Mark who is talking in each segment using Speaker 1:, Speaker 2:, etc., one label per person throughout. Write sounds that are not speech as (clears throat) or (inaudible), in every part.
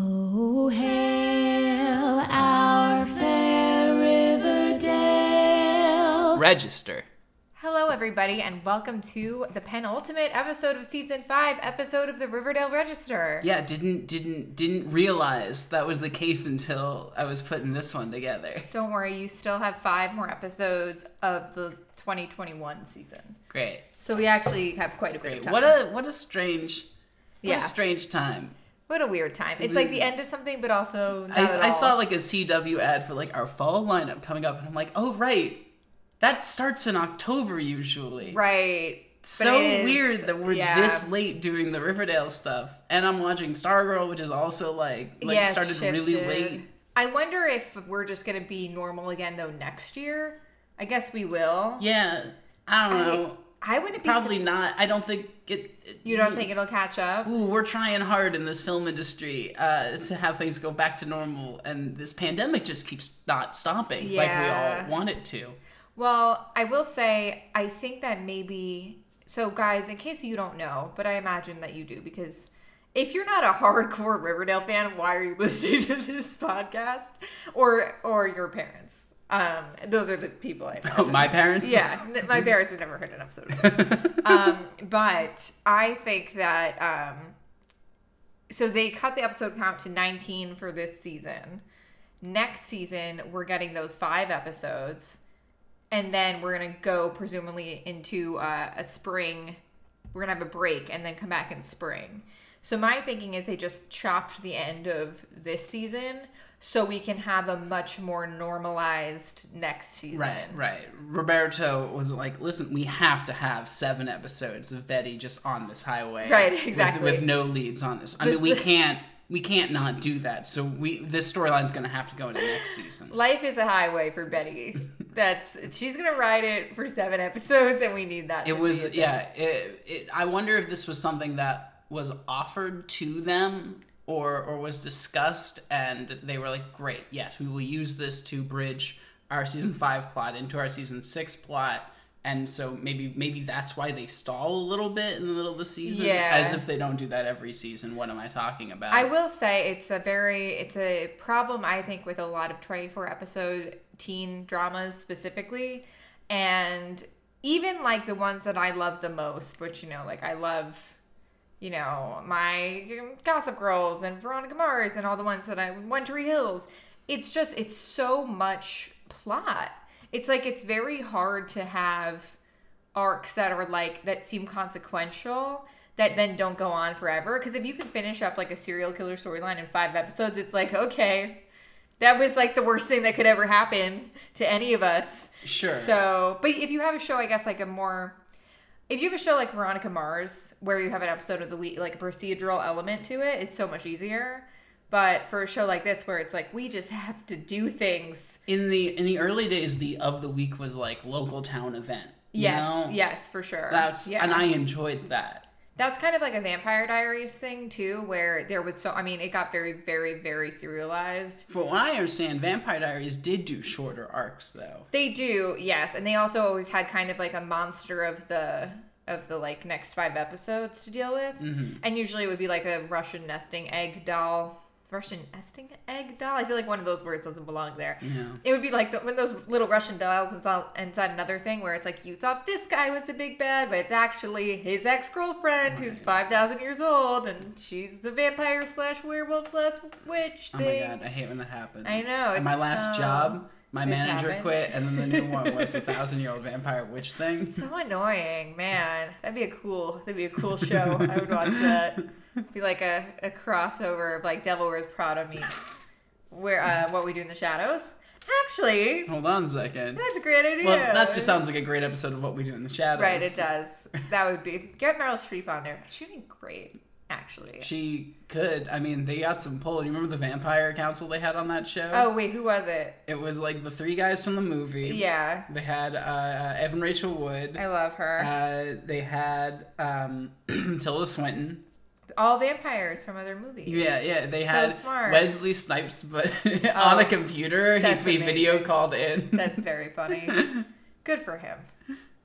Speaker 1: Oh, hail our fair Riverdale.
Speaker 2: Register.
Speaker 3: Hello, everybody, and welcome to the penultimate episode of season five, episode of the Riverdale Register.
Speaker 2: Yeah, didn't didn't didn't realize that was the case until I was putting this one together.
Speaker 3: Don't worry, you still have five more episodes of the 2021 season.
Speaker 2: Great.
Speaker 3: So we actually have quite a bit
Speaker 2: Great.
Speaker 3: of time.
Speaker 2: What a what a strange what
Speaker 3: Yeah.
Speaker 2: a strange time.
Speaker 3: What a weird time. It's like the end of something, but also not at
Speaker 2: I, I
Speaker 3: all.
Speaker 2: saw like a CW ad for like our fall lineup coming up and I'm like, "Oh right. That starts in October usually."
Speaker 3: Right. But
Speaker 2: So
Speaker 3: it is-
Speaker 2: weird that we're
Speaker 3: yeah.
Speaker 2: this late doing the Riverdale stuff and I'm watching Stargirl, which is also like like
Speaker 3: Yeah, it
Speaker 2: started really
Speaker 3: shifted.
Speaker 2: late.
Speaker 3: I wonder if we're just going to be normal again, though, next year. I guess we will.
Speaker 2: Yeah. I don't know.
Speaker 3: I wouldn't be
Speaker 2: Probably not. I don't think it, it
Speaker 3: You don't think it'll catch up?
Speaker 2: Ooh, we're trying hard in this film industry uh, to have things go back to normal, and this pandemic just keeps not stopping like
Speaker 3: Yeah.
Speaker 2: we all want it to.
Speaker 3: Well, I will say, I think that maybe. So, guys, in case you don't know, but I imagine that you do, because if you're not a (laughs) hardcore Riverdale fan, why are you (laughs) listening to this podcast? Or, or your parents? Um, those are the people I.
Speaker 2: (laughs) Oh, my parents?
Speaker 3: Yeah, n- my parents have never heard an episode. Of it.
Speaker 2: (laughs)
Speaker 3: um, but I think that um, so they cut the episode count to 19 for this season. Next season, we're getting those five episodes, and then we're gonna go presumably into uh, a spring. We're gonna have a break and then come back in spring. So my thinking is they just chopped the end of this season so we can have a much more normalized next season.
Speaker 2: Right, right. Roberto was like, listen, we have to have seven episodes of Betty just on this highway.
Speaker 3: Right,
Speaker 2: with-
Speaker 3: exactly.
Speaker 2: With, no leads on this. I
Speaker 3: This-
Speaker 2: mean, we can't. We can't not do that. So we this storyline's going to have to go into next season.
Speaker 3: Life is a highway for Betty. That's she's gonna ride it for seven episodes, and we need that. to
Speaker 2: It
Speaker 3: be a
Speaker 2: was
Speaker 3: thing.
Speaker 2: yeah. It, it, I wonder if this was something that was offered to them or or was discussed, and they were like, "Great, yes, we will use this to bridge our season five plot into our season six plot." And so maybe maybe that's why they stall a little bit in the middle of the season,
Speaker 3: Yeah.
Speaker 2: as if they don't do that every season. What am I talking about?
Speaker 3: I will say it's a very it's a problem I think with a lot of 24 episode teen dramas specifically and even like the ones that I love the most which you know like I love you know my gossip girls and Veronica Mars and all the ones that I One Tree Hills it's just it's so much plot it's like it's very hard to have arcs that are like that seem consequential that then don't go on forever. Because if you can finish up like a serial killer storyline in five episodes, it's like okay, that was like the worst thing that could ever happen to any of us.
Speaker 2: Sure.
Speaker 3: So, but if you have a show, I guess like a more if you have a show like Veronica Mars where you have an episode of the week like a procedural element to it, it's so much easier. But for a show like this where it's like we just have to do things.
Speaker 2: in the in the early days, the of the week was like local town event. you
Speaker 3: Yes,
Speaker 2: know?
Speaker 3: yes, for sure.
Speaker 2: That's and I enjoyed that.
Speaker 3: That's kind of like a Vampire Diaries thing too, where there was so I mean, it got very, very, very serialized.
Speaker 2: From what I understand, Vampire Diaries did do shorter arcs, though.
Speaker 3: They do, yes, and they also always had kind of like a monster of the of the like next five episodes to deal with, and usually it would be like a Russian nesting egg doll. Russian nesting egg doll. I feel like one of those words doesn't belong there. It would be like the, when those little Russian dolls inside, inside another thing where it's like you thought this guy was the big bad, but it's actually his ex
Speaker 2: Oh
Speaker 3: girlfriend who's five thousand years old and she's the vampire slash werewolf slash witch
Speaker 2: Oh
Speaker 3: thing.
Speaker 2: my god, I hate when that happens.
Speaker 3: I know,
Speaker 2: At my
Speaker 3: it's
Speaker 2: last
Speaker 3: so-
Speaker 2: job, my
Speaker 3: this
Speaker 2: manager
Speaker 3: happened.
Speaker 2: quit, and then the new one
Speaker 3: (laughs)
Speaker 2: was a thousand-year-old vampire witch thing.
Speaker 3: So annoying, man. That'd be a cool. That'd be a cool show. I would watch that.
Speaker 2: (laughs)
Speaker 3: Be like a, a crossover of like Devil Wears Prada
Speaker 2: (laughs)
Speaker 3: meets where uh, what we do in the shadows. Actually,
Speaker 2: Hold on a second.
Speaker 3: that's a great idea.
Speaker 2: Well, that just sounds like a great episode of What We Do in the Shadows.
Speaker 3: right. It does. That would be get Meryl Streep on there. She'd be great, actually.
Speaker 2: She could. I mean, they got some pull. You remember the vampire council they had on that show?
Speaker 3: oh wait, who was it?
Speaker 2: It was like the three guys from the movie.
Speaker 3: Yeah,
Speaker 2: They had uh, uh, Evan Rachel Wood.
Speaker 3: I love her.
Speaker 2: Uh, they had um, (clears throat) Tilda Swinton.
Speaker 3: All vampires from other movies.
Speaker 2: Yeah, yeah, they had
Speaker 3: smart. Oh,
Speaker 2: Wesley Snipes, but (laughs) on a computer,
Speaker 3: that's
Speaker 2: he, he video
Speaker 3: amazing.
Speaker 2: called in.
Speaker 3: That's very funny. Good for him.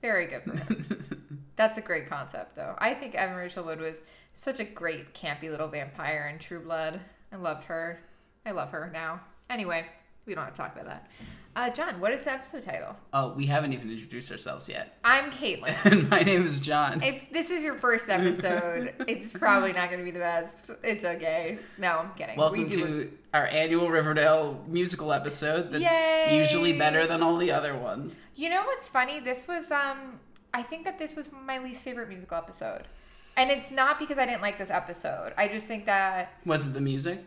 Speaker 3: Very good for him. That's a great concept, though. I think Evan Rachel Wood was such a great, campy little vampire in True Blood. I loved her. I love her now. Anyway, we don't have to talk about that. Uh, John, what is the episode title?
Speaker 2: (laughs) Oh, we haven't even introduced ourselves yet. (laughs)
Speaker 3: I'm Caitlin.
Speaker 2: And my name is John.
Speaker 3: If this is your first episode, it's probably not going to be the best. It's okay. No, I'm kidding.
Speaker 2: Welcome to our annual Riverdale musical episode that's
Speaker 3: Yay!
Speaker 2: usually better than all the other ones.
Speaker 3: You know what's funny? This was um I think that this was my least favorite musical episode. And it's not because I didn't like this episode. I just think that
Speaker 2: Was it the music?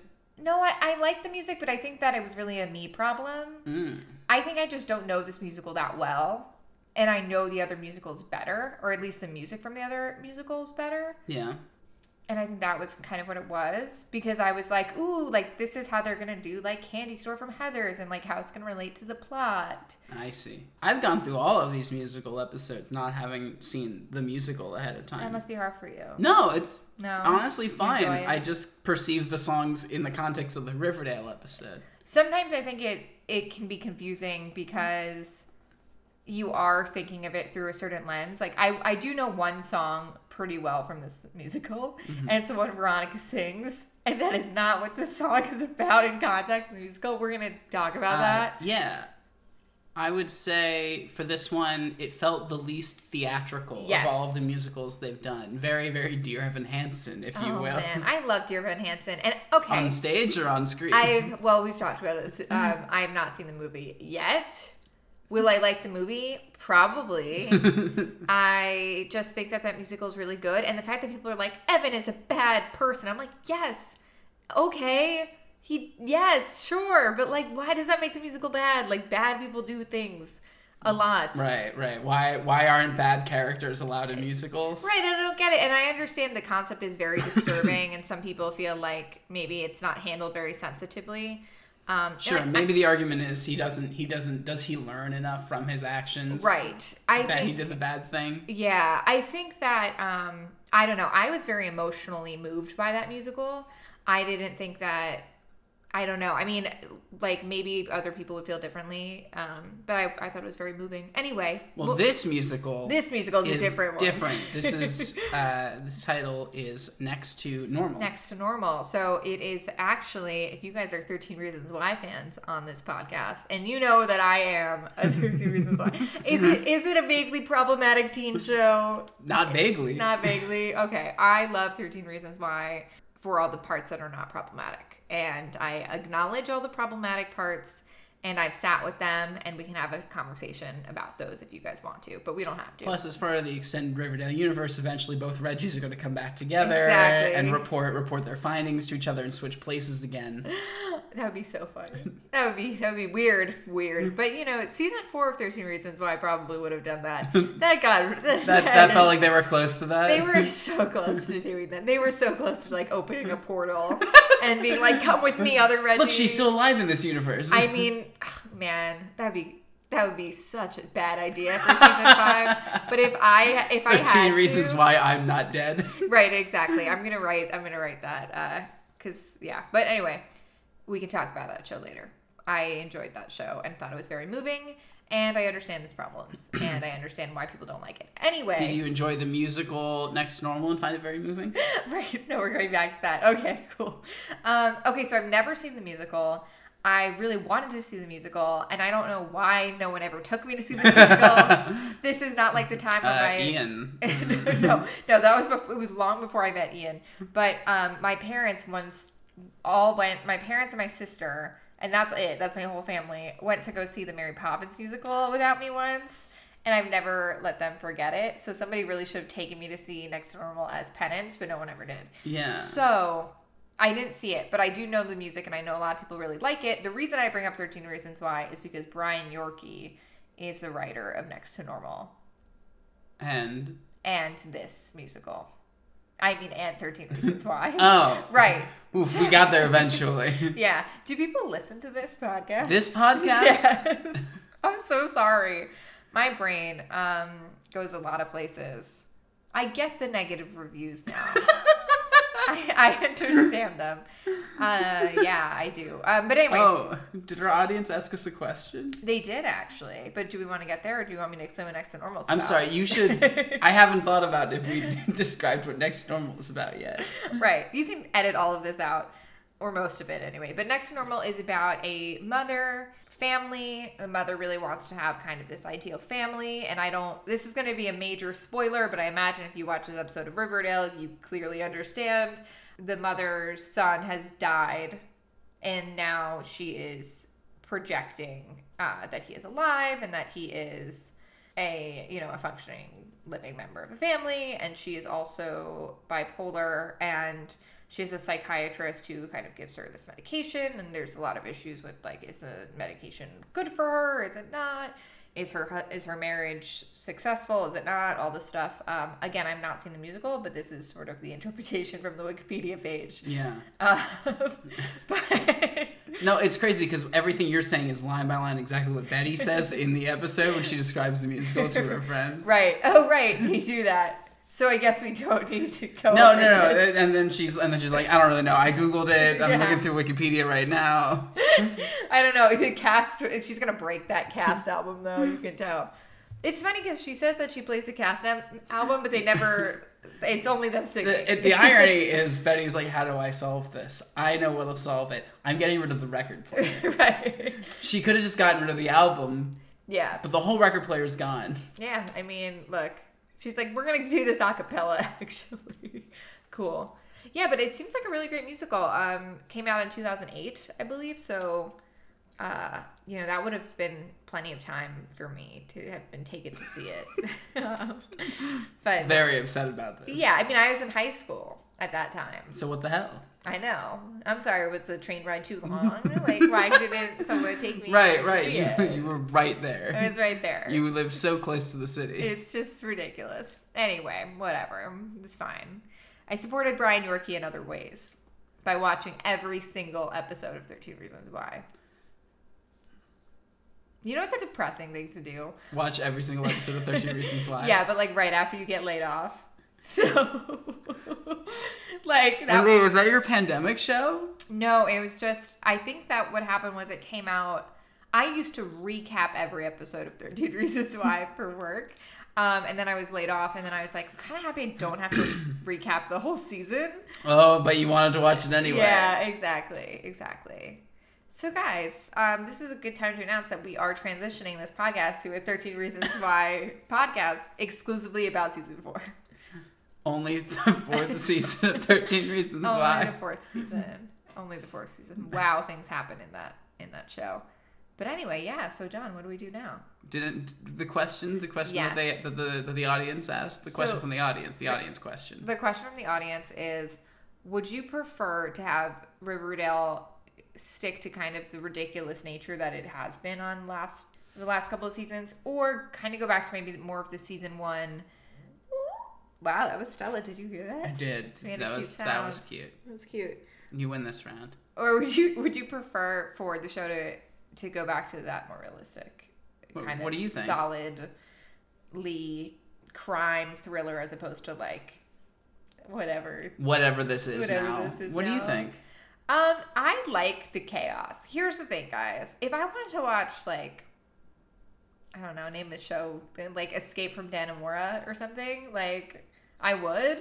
Speaker 3: no, I, I like the music, but I think that it was really a me problem.
Speaker 2: Mm,
Speaker 3: I think I just don't know this musical that well. And I know the other musicals better, or at least the music from the other musicals better.
Speaker 2: Yeah.
Speaker 3: And I think that was kind of what it was because I was like, ooh, like this is how they're gonna do like Candy Store from Heather's and like how it's gonna relate to the plot.
Speaker 2: I see. I've gone through all of these musical episodes not having seen the musical ahead of
Speaker 3: That
Speaker 2: time.
Speaker 3: must be hard for you.
Speaker 2: No, it's
Speaker 3: No.
Speaker 2: honestly fine.
Speaker 3: enjoy it?
Speaker 2: I just perceive the songs in the context of the Riverdale episode.
Speaker 3: sometimes I think it it can be confusing because you are thinking of it through a certain lens. Like I I do know one song pretty well from this musical,
Speaker 2: Mm-hmm.
Speaker 3: and it's the one Veronica sings, and that is not what the song is about in context of the musical. We're gonna talk about
Speaker 2: Uh,
Speaker 3: that.
Speaker 2: yeah. I would say for this one, it felt the least theatrical
Speaker 3: Yes.
Speaker 2: of all of the musicals they've done. Very, very Dear Evan Hansen, if you
Speaker 3: oh
Speaker 2: will. (laughs)
Speaker 3: man, I love Dear Van Hansen, and okay.
Speaker 2: on stage or on screen?
Speaker 3: I've well, we've talked about this.
Speaker 2: Mm-hmm.
Speaker 3: Um, I have not seen the movie yet. Will I like the movie?
Speaker 2: (laughs)
Speaker 3: Probably. I just think that that musical is really good, and the fact that people are like Evan is a bad person, I'm like, yes, okay, he, yes, sure, but like, why does that make the musical bad? Like, bad people do things a lot.
Speaker 2: Right, right. Why why aren't bad characters allowed in musicals?
Speaker 3: Right, I don't get it. And I understand the concept is very disturbing, and some people feel like maybe it's not handled very sensitively. Um, and
Speaker 2: Sure,
Speaker 3: I-
Speaker 2: maybe the argument is he doesn't he doesn't does he learn enough from his actions?
Speaker 3: Right. I
Speaker 2: That
Speaker 3: think,
Speaker 2: he did the bad thing.
Speaker 3: Yeah, I think that um I don't know. I was very emotionally moved by that musical. I didn't think that I don't know. I mean, like maybe other people would feel differently, um, but I, I thought it was very moving. Anyway,
Speaker 2: Well,
Speaker 3: well,
Speaker 2: this musical
Speaker 3: this musical is
Speaker 2: is
Speaker 3: a different one.
Speaker 2: different. This
Speaker 3: (laughs)
Speaker 2: is uh, this title is next to normal.
Speaker 3: Next to normal. So it is actually, if you guys are 13 Reasons Why fans on this podcast, and you know that I am a 13 Reasons Why, is it is it a vaguely problematic teen show?
Speaker 2: Not vaguely.
Speaker 3: Not vaguely. Okay. I love 13 Reasons Why for all the parts that are not problematic. And I acknowledge all the problematic parts and I've sat with them and we can have a conversation about those if you guys want to, but we don't have to.
Speaker 2: Plus, as part of the extended Riverdale universe, eventually both Reggies are going to come back together
Speaker 3: Exactly.
Speaker 2: and report report their findings to each other and switch places
Speaker 3: (laughs)
Speaker 2: again.
Speaker 3: That would be so funny. That would be that would be weird,
Speaker 2: Mm.
Speaker 3: weird. But you know, season four of Thirteen Reasons Why I probably would have done that. That got that,
Speaker 2: That that felt like they were close to that.
Speaker 3: they were so close to doing that. They were so close to like opening
Speaker 2: (laughs)
Speaker 3: a portal and being like, "Come with me, other
Speaker 2: (laughs)
Speaker 3: Reggie."
Speaker 2: Look, she's still alive in this universe. (laughs)
Speaker 3: I mean, ugh, man, that'd be that would be such a bad idea for season five. But if I if I had
Speaker 2: Thirteen reasons
Speaker 3: to,
Speaker 2: why I'm not
Speaker 3: (laughs)
Speaker 2: dead. (laughs)
Speaker 3: right, exactly. I'm gonna write. I'm gonna write that because yeah. But anyway, we can talk about that show later. I enjoyed that show and thought it was very moving, and I understand its problems, and I understand why people don't like it. Anyway,
Speaker 2: Did you enjoy the musical Next to Normal and find it very
Speaker 3: (laughs)
Speaker 2: moving?
Speaker 3: right? No, we're going back to that. Okay, (laughs) cool. Um, okay, so I've never seen the musical. I really wanted to see the musical, and I don't know why no one ever took me to
Speaker 2: (laughs)
Speaker 3: see the musical. this is not like the time of
Speaker 2: Uh,
Speaker 3: my (laughs)
Speaker 2: Ian.
Speaker 3: no, no, that was before, it was long before I met Ian. But um, my parents once all went. My parents and my sister, and that's it. That's my whole family went to go see the Mary Poppins musical without me once, and I've never let them forget it. So somebody really should have taken me to see Next to Normal as penance, but no one ever did.
Speaker 2: Yeah.
Speaker 3: So I didn't see it, but I do know the music and I know a lot of people really like it. The reason I bring up 13 Reasons Why is because Brian Yorkie is the writer of Next to Normal
Speaker 2: And
Speaker 3: and this musical. I mean, and 13
Speaker 2: (laughs)
Speaker 3: Reasons Why.
Speaker 2: oh,
Speaker 3: right.
Speaker 2: oof, we got there
Speaker 3: (laughs)
Speaker 2: eventually.
Speaker 3: Yeah. Do people listen to this podcast?
Speaker 2: this podcast.
Speaker 3: (laughs) yes. I'm so sorry. My brain um, goes a lot of places. I get the negative reviews
Speaker 2: (laughs)
Speaker 3: now. I, I understand them. Uh, yeah, I do. Um, but anyways,
Speaker 2: Oh, did our audience ask us a question?
Speaker 3: they did actually. But do we want to get there, or do you want me to explain what next to normal? is
Speaker 2: I'm
Speaker 3: about?
Speaker 2: sorry, you should.
Speaker 3: (laughs)
Speaker 2: I haven't thought about (laughs) if we described what Next to Normal is about yet.
Speaker 3: right. You can edit all of this out. or most of it anyway. But Next to Normal is about a mother family. The mother really wants to have kind of this ideal family. And I don't, this is going to be a major spoiler, but I imagine if you watch this episode of Riverdale, you clearly understand. The mother's son has died, and now she is projecting uh, that he is alive and that he is a you know a functioning living member of the family and she is also bipolar and she's a psychiatrist who kind of gives her this medication and there's a lot of issues with like is the medication good for her is it not is her hu- is her marriage successful is it not all this stuff um, again i'm not seeing the musical but this is sort of the (laughs) interpretation from the wikipedia page
Speaker 2: Yeah.
Speaker 3: uh, (laughs) but
Speaker 2: No, it's crazy because everything you're saying is line by line exactly what Betty says in the episode when she describes the musical to her friends.
Speaker 3: (laughs) Right. Oh, right. They do that. So I guess we don't need to go.
Speaker 2: No,
Speaker 3: over
Speaker 2: no, no.
Speaker 3: this.
Speaker 2: And then she's and then she's like, I don't really know. I googled it. I'm
Speaker 3: Yeah.
Speaker 2: looking through Wikipedia right
Speaker 3: (laughs)
Speaker 2: now.
Speaker 3: I don't know. The cast. She's gonna break that cast album though. You can tell. It's funny because she says that she plays the cast al- album, but they never. It's only them singing.
Speaker 2: The, it- the
Speaker 3: (laughs)
Speaker 2: irony is Betty's like, how do I solve this? I know what'll solve it. I'm getting rid of the record
Speaker 3: (laughs)
Speaker 2: player.
Speaker 3: right.
Speaker 2: She could have just gotten rid of the album,
Speaker 3: Yeah.
Speaker 2: but the whole record player's gone.
Speaker 3: Yeah. I mean, look. She's like, we're gonna do this a cappella. (laughs) Actually, cool. Yeah, but it seems like a really great musical. Um, came out in 2008, I believe. So uh, you know, that would have been plenty of time for me to have been taken to see
Speaker 2: (laughs)
Speaker 3: it. Um, but
Speaker 2: Very upset about this.
Speaker 3: yeah, I mean, I was in high school at that time.
Speaker 2: So what the hell?
Speaker 3: I know. I'm sorry, was the train ride too
Speaker 2: (laughs)
Speaker 3: long? like, why didn't someone take me?
Speaker 2: Right,
Speaker 3: to
Speaker 2: right.
Speaker 3: see
Speaker 2: (laughs) You,
Speaker 3: it?
Speaker 2: you were right
Speaker 3: I
Speaker 2: there.
Speaker 3: was right there.
Speaker 2: You live so close to the city.
Speaker 3: It's just ridiculous. Anyway, whatever. It's fine. I supported Brian Yorkie in other ways by watching every single episode of 13 Reasons Why. You know, it's a depressing thing to do.
Speaker 2: Watch every single episode of 13 Reasons Why.
Speaker 3: yeah, but like right after you get laid off. (laughs) So, like, that
Speaker 2: Was, wait, was that your pandemic show?
Speaker 3: No, it was just I think that what happened was it came out. I used to recap every episode of 13 Reasons Why for work. Um, and then I was laid off, and then I was like, I'm kind of happy I don't have to recap the whole season.
Speaker 2: Oh, but you wanted to watch it anyway.
Speaker 3: Yeah, exactly. Exactly. So, guys, um, this is a good time to announce that we are transitioning this podcast to a 13 Reasons Why podcast exclusively about season four.
Speaker 2: Only the fourth season of 13 Reasons
Speaker 3: (laughs) Only
Speaker 2: Why.
Speaker 3: Oh, the fourth season. Only the fourth season. Wow, things happen in that in that show. But anyway, yeah. So John, what do we do now?
Speaker 2: Didn't the question, the question that, they,
Speaker 3: Yes.
Speaker 2: that, the, that the audience asked, the question
Speaker 3: So-
Speaker 2: from the audience, the audience question.
Speaker 3: The question from the audience is: Would you prefer to have Riverdale stick to kind of the ridiculous nature that it has been on last the last couple of seasons, or kind of go back to maybe more of the season one? Wow, that was Stella. Did you hear that?
Speaker 2: I did.
Speaker 3: We had a
Speaker 2: That
Speaker 3: cute
Speaker 2: was, that was
Speaker 3: sound.
Speaker 2: cute.
Speaker 3: That was cute.
Speaker 2: You win this round.
Speaker 3: Or would you would you prefer for the show to to go back to that more realistic
Speaker 2: What-
Speaker 3: kind
Speaker 2: what
Speaker 3: of
Speaker 2: do you think?
Speaker 3: solidly crime thriller as opposed to like whatever?
Speaker 2: Whatever this is
Speaker 3: Whatever
Speaker 2: now.
Speaker 3: this is
Speaker 2: what do you
Speaker 3: now.
Speaker 2: think?
Speaker 3: Um, I like the chaos. Here's the thing, guys. If I wanted to watch like I don't know, name a show uh, like Escape from Danamora or something, like I would.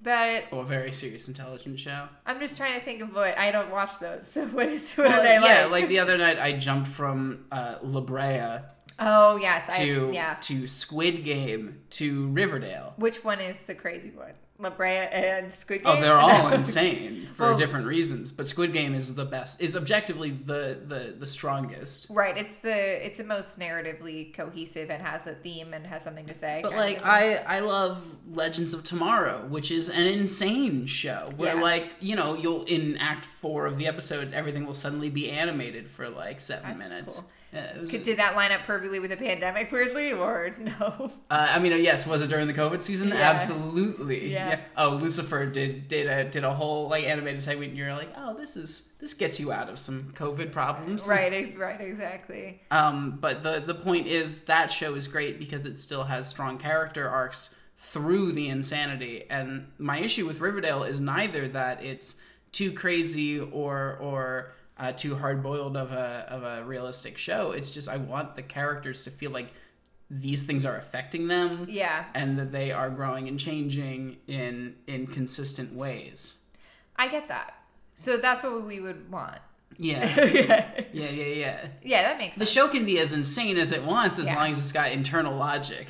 Speaker 3: But
Speaker 2: Oh, a very serious intelligence show.
Speaker 3: I'm just trying to think of what I don't watch those. (laughs) So what is what are
Speaker 2: Well,
Speaker 3: they
Speaker 2: yeah,
Speaker 3: like?
Speaker 2: the other night I jumped from uh, La Brea
Speaker 3: Oh yes,
Speaker 2: to
Speaker 3: I, yeah.
Speaker 2: to Squid Game to Riverdale.
Speaker 3: Which one is the crazy one? La Brea and Squid Game.
Speaker 2: Oh, they're
Speaker 3: (laughs)
Speaker 2: all insane for
Speaker 3: Well-
Speaker 2: different reasons, but Squid Game is the best. Is objectively the the the strongest.
Speaker 3: Right, it's the it's the most narratively cohesive and has a theme and has something to say.
Speaker 2: But
Speaker 3: kind of
Speaker 2: like
Speaker 3: thing.
Speaker 2: I I love Legends of Tomorrow, which is an insane show where
Speaker 3: Yeah.
Speaker 2: like, you know, you'll in act 4 of the episode everything will suddenly be animated for like 7
Speaker 3: That's
Speaker 2: minutes.
Speaker 3: cool.
Speaker 2: Yeah, it was-
Speaker 3: Could, did that line up perfectly with the pandemic, weirdly, or
Speaker 2: (laughs)
Speaker 3: (laughs) no?
Speaker 2: Uh, I mean, yes, was it during the COVID season?
Speaker 3: Yeah.
Speaker 2: Absolutely.
Speaker 3: Yeah.
Speaker 2: Oh, Lucifer did did a did a whole like animated segment, and you're like, oh, this is this gets you out of some COVID problems.
Speaker 3: right, ex- right, exactly.
Speaker 2: Um, but the the point is that show is great because it still has strong character arcs through the insanity. And my issue with Riverdale is neither that it's too crazy or or uh, too hard boiled of a of a realistic show. It's just I want the characters to feel like these things are affecting them
Speaker 3: Yeah,
Speaker 2: and that they are growing and changing in in consistent ways.
Speaker 3: I get that. So that's what we would want.
Speaker 2: (laughs) Yeah.
Speaker 3: (laughs) yeah,
Speaker 2: Yeah, yeah, yeah.
Speaker 3: that makes
Speaker 2: The
Speaker 3: sense.
Speaker 2: show can be as insane as it wants as
Speaker 3: Yeah.
Speaker 2: long as it's got internal logic.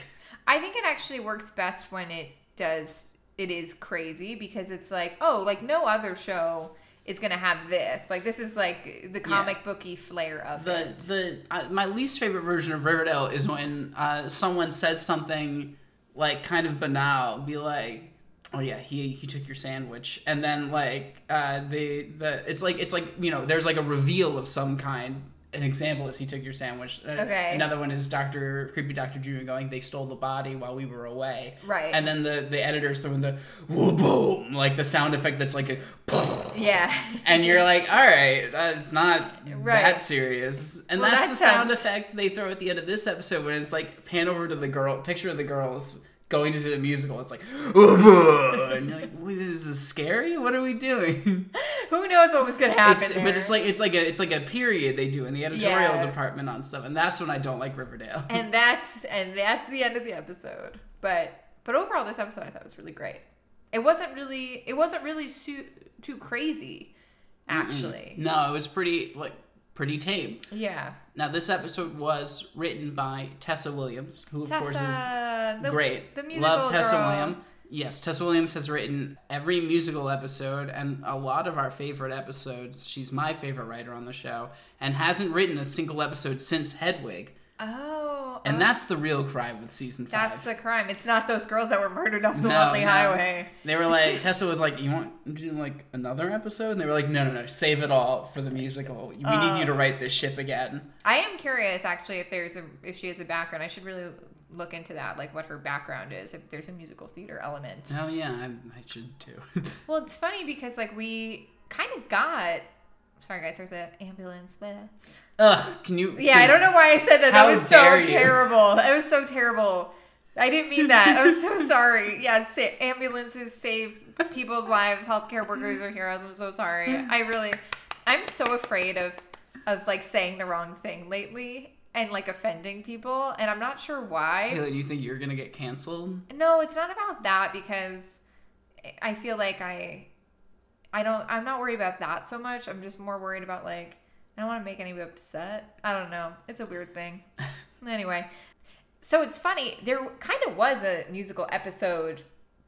Speaker 3: I think it actually works best when it does it is crazy because it's like, oh, like no other show is gonna have this. Like this is like the comic booky flair of
Speaker 2: The
Speaker 3: it.
Speaker 2: the uh, my least favorite version of Riverdale is when uh, someone says something like kind of banal, be like, "Oh yeah, he he took your sandwich," and then like uh, the the it's like it's like you know there's like a reveal of some kind. An example is he took your sandwich. Uh,
Speaker 3: Okay.
Speaker 2: Another one is Doctor Creepy Doctor Drew going, "They stole the body while we were away."
Speaker 3: Right.
Speaker 2: And then the the editors throw in the whoa boom like the sound effect that's like a.
Speaker 3: Yeah. (laughs)
Speaker 2: and you're like, all right, uh, it's not
Speaker 3: Right.
Speaker 2: that serious. And
Speaker 3: Well,
Speaker 2: that's
Speaker 3: that
Speaker 2: the sound
Speaker 3: sounds-
Speaker 2: effect they throw at the end of this episode when it's like pan over to the girl, picture of the girls going to see the musical. It's like, (laughs) and you're like, "Wait, is this scary? What are we doing?
Speaker 3: Who knows what was gonna happen?
Speaker 2: It's, but it's
Speaker 3: there.
Speaker 2: like it's like a it's like a period they do in the editorial
Speaker 3: Yeah.
Speaker 2: department on stuff, and that's when I don't like Riverdale.
Speaker 3: And that's and that's the end of the episode. But but overall this episode I thought was really great. It wasn't really it wasn't really too too crazy, actually.
Speaker 2: (laughs) no, it was pretty like pretty tame.
Speaker 3: Yeah.
Speaker 2: Now this episode was written by Tessa Williams, who of course is
Speaker 3: Tessa, the,
Speaker 2: great.
Speaker 3: The musical
Speaker 2: Love Tessa
Speaker 3: girl.
Speaker 2: Williams. Yes, Tessa Williams has written every musical episode and a lot of our favorite episodes. She's my favorite writer on the show and hasn't written a single episode since Hedwig.
Speaker 3: Oh,
Speaker 2: And
Speaker 3: oh,
Speaker 2: that's the real crime with season five.
Speaker 3: that's the crime. It's not those girls that were murdered off the
Speaker 2: No,
Speaker 3: Lonely
Speaker 2: no.
Speaker 3: Highway.
Speaker 2: They were
Speaker 3: (laughs)
Speaker 2: like, Tessa was like, "You want to do like another episode?" And they were like, "No, no, no, save it all for the musical. We
Speaker 3: Uh,
Speaker 2: need you to write this ship again."
Speaker 3: I am curious actually if there's a if she has a background. I should really look into that, like what her background is, if there's a musical theater element.
Speaker 2: Oh yeah, I, I should too.
Speaker 3: Well, it's funny because like we kind of got. Sorry guys, there's an ambulance. bleh.
Speaker 2: (laughs) Ugh, can you?
Speaker 3: Yeah, I
Speaker 2: can-
Speaker 3: don't know why I said that.
Speaker 2: How
Speaker 3: that was
Speaker 2: dare
Speaker 3: so
Speaker 2: you.
Speaker 3: terrible. That was so terrible. I didn't mean that. I'm so (laughs) sorry. Yeah, sa- ambulances save people's lives. Healthcare workers are heroes. I'm so sorry. I really, I'm so afraid of, of like saying the wrong thing lately and like offending people, and I'm not sure why.
Speaker 2: Kayla, do you think you're gonna get canceled?
Speaker 3: No, it's not about that because I feel like I, I don't. I'm not worried about that so much. I'm just more worried about like I don't want to make anybody upset. I don't know. It's a
Speaker 2: (laughs)
Speaker 3: weird thing. anyway, so it's funny. There kind of was a musical episode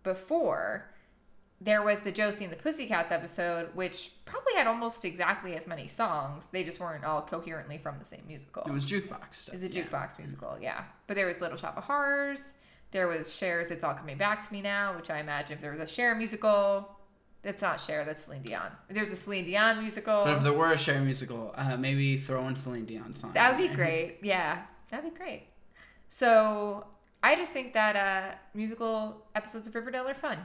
Speaker 3: before. There was the Josie and the Pussycats episode, which probably had almost exactly as many songs. They just weren't all coherently from the same musical.
Speaker 2: It was jukebox stuff.
Speaker 3: It was a
Speaker 2: yeah.
Speaker 3: jukebox musical, yeah. But there was Little Shop of Horrors. There was Cher's "It's All Coming Back to Me Now," which I imagine if there was a Cher musical, that's not Cher, that's Celine Dion. If there was a Celine Dion musical,
Speaker 2: But if there were a Cher musical, uh, maybe throw in Celine Dion song.
Speaker 3: that would
Speaker 2: in
Speaker 3: be
Speaker 2: there.
Speaker 3: great. Yeah, that'd be great. So I just think that uh, musical episodes of Riverdale are fun.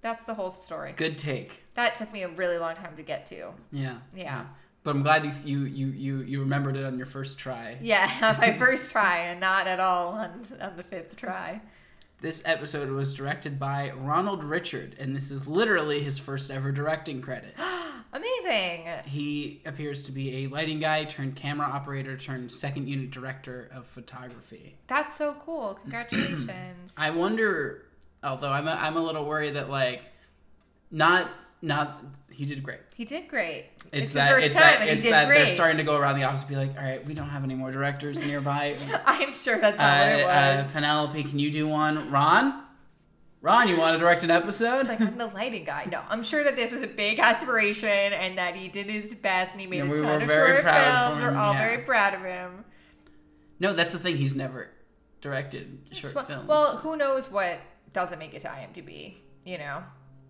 Speaker 3: That's the whole story.
Speaker 2: Good take.
Speaker 3: That took me a really long time to get to.
Speaker 2: (laughs) Yeah.
Speaker 3: Yeah.
Speaker 2: But I'm glad you you you you, you remembered it on your first try.
Speaker 3: Yeah, (laughs) on my first try, and not at all on, on the fifth try.
Speaker 2: This episode was directed by Ronald Richard, and this is literally his first ever directing
Speaker 3: (gasps)
Speaker 2: credit.
Speaker 3: Amazing.
Speaker 2: he appears to be a lighting guy turned camera operator turned second unit director of photography.
Speaker 3: That's so
Speaker 2: (clears throat)
Speaker 3: cool. Congratulations.
Speaker 2: I wonder, although I'm a, I'm a little worried that like, not not he did great.
Speaker 3: he did great.
Speaker 2: It's
Speaker 3: It's,
Speaker 2: that
Speaker 3: his first
Speaker 2: it's
Speaker 3: time
Speaker 2: that
Speaker 3: and
Speaker 2: it's
Speaker 3: he did
Speaker 2: that
Speaker 3: great.
Speaker 2: they're starting to go around the office and be like, all right, we don't have any more directors nearby.
Speaker 3: (laughs) I'm sure that's
Speaker 2: uh,
Speaker 3: not what it
Speaker 2: uh,
Speaker 3: was.
Speaker 2: Penelope, can you do one? Ron, Ron, you want to direct an episode?
Speaker 3: like I'm the lighting guy. No, I'm sure that this was a big aspiration and that he did his best and he made
Speaker 2: Yeah,
Speaker 3: a
Speaker 2: we
Speaker 3: ton
Speaker 2: were
Speaker 3: of
Speaker 2: very
Speaker 3: short
Speaker 2: proud of
Speaker 3: films.
Speaker 2: him,
Speaker 3: We're all
Speaker 2: yeah.
Speaker 3: very proud of him.
Speaker 2: no, that's the thing. He's never directed short
Speaker 3: Well,
Speaker 2: films.
Speaker 3: well, who knows what doesn't make it to IMDb? You know,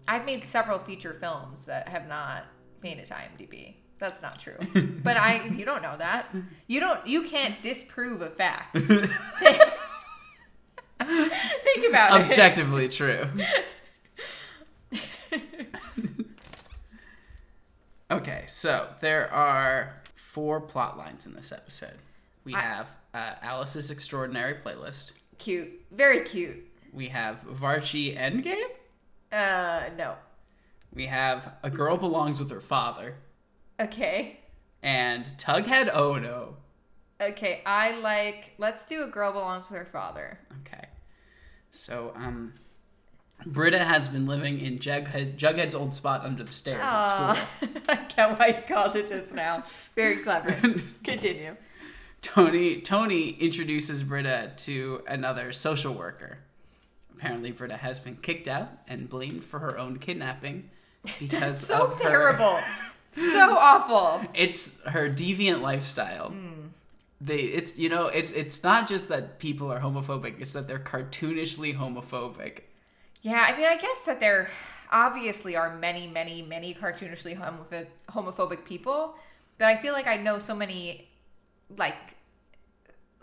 Speaker 3: I've made several feature films that have not made it to IMDb. That's
Speaker 2: (laughs)
Speaker 3: not true. but I, you don't know that. You don't. You can't disprove a
Speaker 2: (laughs)
Speaker 3: fact. (laughs) Think about it.
Speaker 2: (laughs) objectively
Speaker 3: (laughs)
Speaker 2: true. okay, so there are four plot lines in this episode. We have uh, Alice's extraordinary playlist.
Speaker 3: Cute. Very cute.
Speaker 2: We have Varchi Endgame.
Speaker 3: Uh, no.
Speaker 2: We have A Girl Belongs with Her Father
Speaker 3: Okay.
Speaker 2: and Tughead Odo.
Speaker 3: Okay. I like. Let's do a girl belongs to her father.
Speaker 2: Okay. So, um, Britta has been living in Jughead, Jughead's old spot under the stairs at school.
Speaker 3: Uh, (laughs) I get why you called it this now. Very
Speaker 2: (laughs)
Speaker 3: clever. Continue.
Speaker 2: Tony Tony introduces Britta to another social worker. Apparently, Britta has been kicked out and blamed for her own kidnapping because
Speaker 3: (laughs) So
Speaker 2: of her-
Speaker 3: terrible. so awful.
Speaker 2: it's her deviant lifestyle. They, it's you know, it's it's not just that people are homophobic; it's that they're cartoonishly homophobic.
Speaker 3: Yeah, I mean, I guess that there obviously are many, many, many cartoonishly homophobic, homophobic people, but I feel like I know so many, like,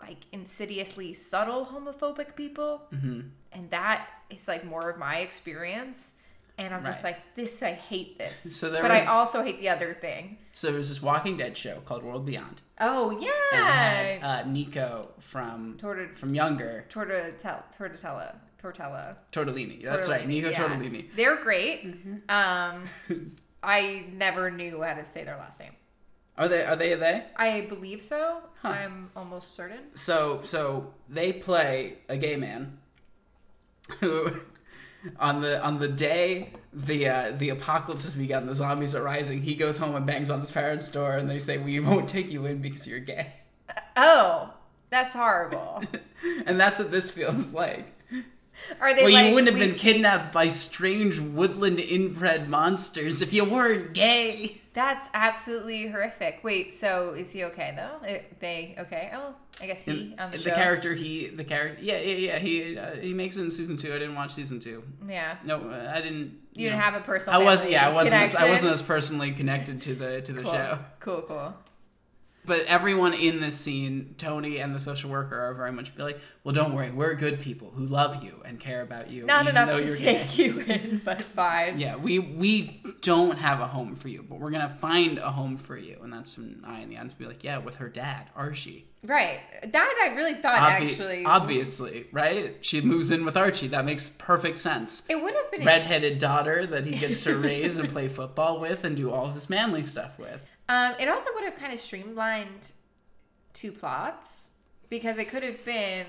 Speaker 3: like insidiously subtle homophobic people,
Speaker 2: Mm-hmm.
Speaker 3: and that is like more of my experience. And I'm just
Speaker 2: Right.
Speaker 3: like, this, I hate this,
Speaker 2: (laughs) So there
Speaker 3: but
Speaker 2: was-
Speaker 3: I also hate the other thing.
Speaker 2: So there was this Walking Dead show called World Beyond,
Speaker 3: Oh
Speaker 2: and it
Speaker 3: yeah,
Speaker 2: had uh, Nico from
Speaker 3: Torta-
Speaker 2: from Younger
Speaker 3: tortilla, tortilla, tortilla.
Speaker 2: Tortellini. That's right,
Speaker 3: Tortellini,
Speaker 2: Nico
Speaker 3: yeah.
Speaker 2: Tortellini.
Speaker 3: They're great.
Speaker 2: (laughs)
Speaker 3: Um, I never knew how to say their last name.
Speaker 2: Are they? Are they? Are they?
Speaker 3: I believe so. I'm almost certain.
Speaker 2: so so they play a gay man who on the on the day the uh, the apocalypse has begun the zombies are rising he goes home and bangs on his parents door and they say we won't take you in because you're gay (laughs)
Speaker 3: Oh, that's horrible.
Speaker 2: and that's what this feels like
Speaker 3: Are they?
Speaker 2: well
Speaker 3: like,
Speaker 2: you wouldn't have
Speaker 3: we
Speaker 2: been
Speaker 3: see-
Speaker 2: kidnapped by strange woodland inbred monsters if you weren't gay
Speaker 3: That's absolutely horrific. Wait, so is he okay though? Eh, they okay? Oh, I guess he on the, show.
Speaker 2: character he the character yeah yeah yeah he uh, he makes it in season two i didn't watch season two
Speaker 3: Yeah,
Speaker 2: no uh, i didn't
Speaker 3: you didn't
Speaker 2: know.
Speaker 3: have a personal.
Speaker 2: I wasn't.
Speaker 3: family
Speaker 2: Yeah, I wasn't. As, I
Speaker 3: connection?
Speaker 2: wasn't as personally connected to the to the
Speaker 3: cool.
Speaker 2: show.
Speaker 3: Cool, cool.
Speaker 2: But everyone in this scene, Tony and the social worker, are very much be like, "Well, don't worry, we're good people who love you and care about you."
Speaker 3: Not
Speaker 2: even
Speaker 3: enough
Speaker 2: though
Speaker 3: to
Speaker 2: you're
Speaker 3: take
Speaker 2: gay."
Speaker 3: you in, but fine.
Speaker 2: Yeah, we we don't have a home for you, but we're gonna find a home for you, and that's when I and the audience be like, "Yeah, with her dad, Archie."
Speaker 3: Right. That I really thought
Speaker 2: Obvi-
Speaker 3: actually.
Speaker 2: obviously, right? She moves in with Archie. That makes perfect sense.
Speaker 3: It would have been.
Speaker 2: Redheaded daughter that he gets to raise and play football with and do all of his manly stuff with.
Speaker 3: Um, it also would have kind of streamlined two plots because it could have been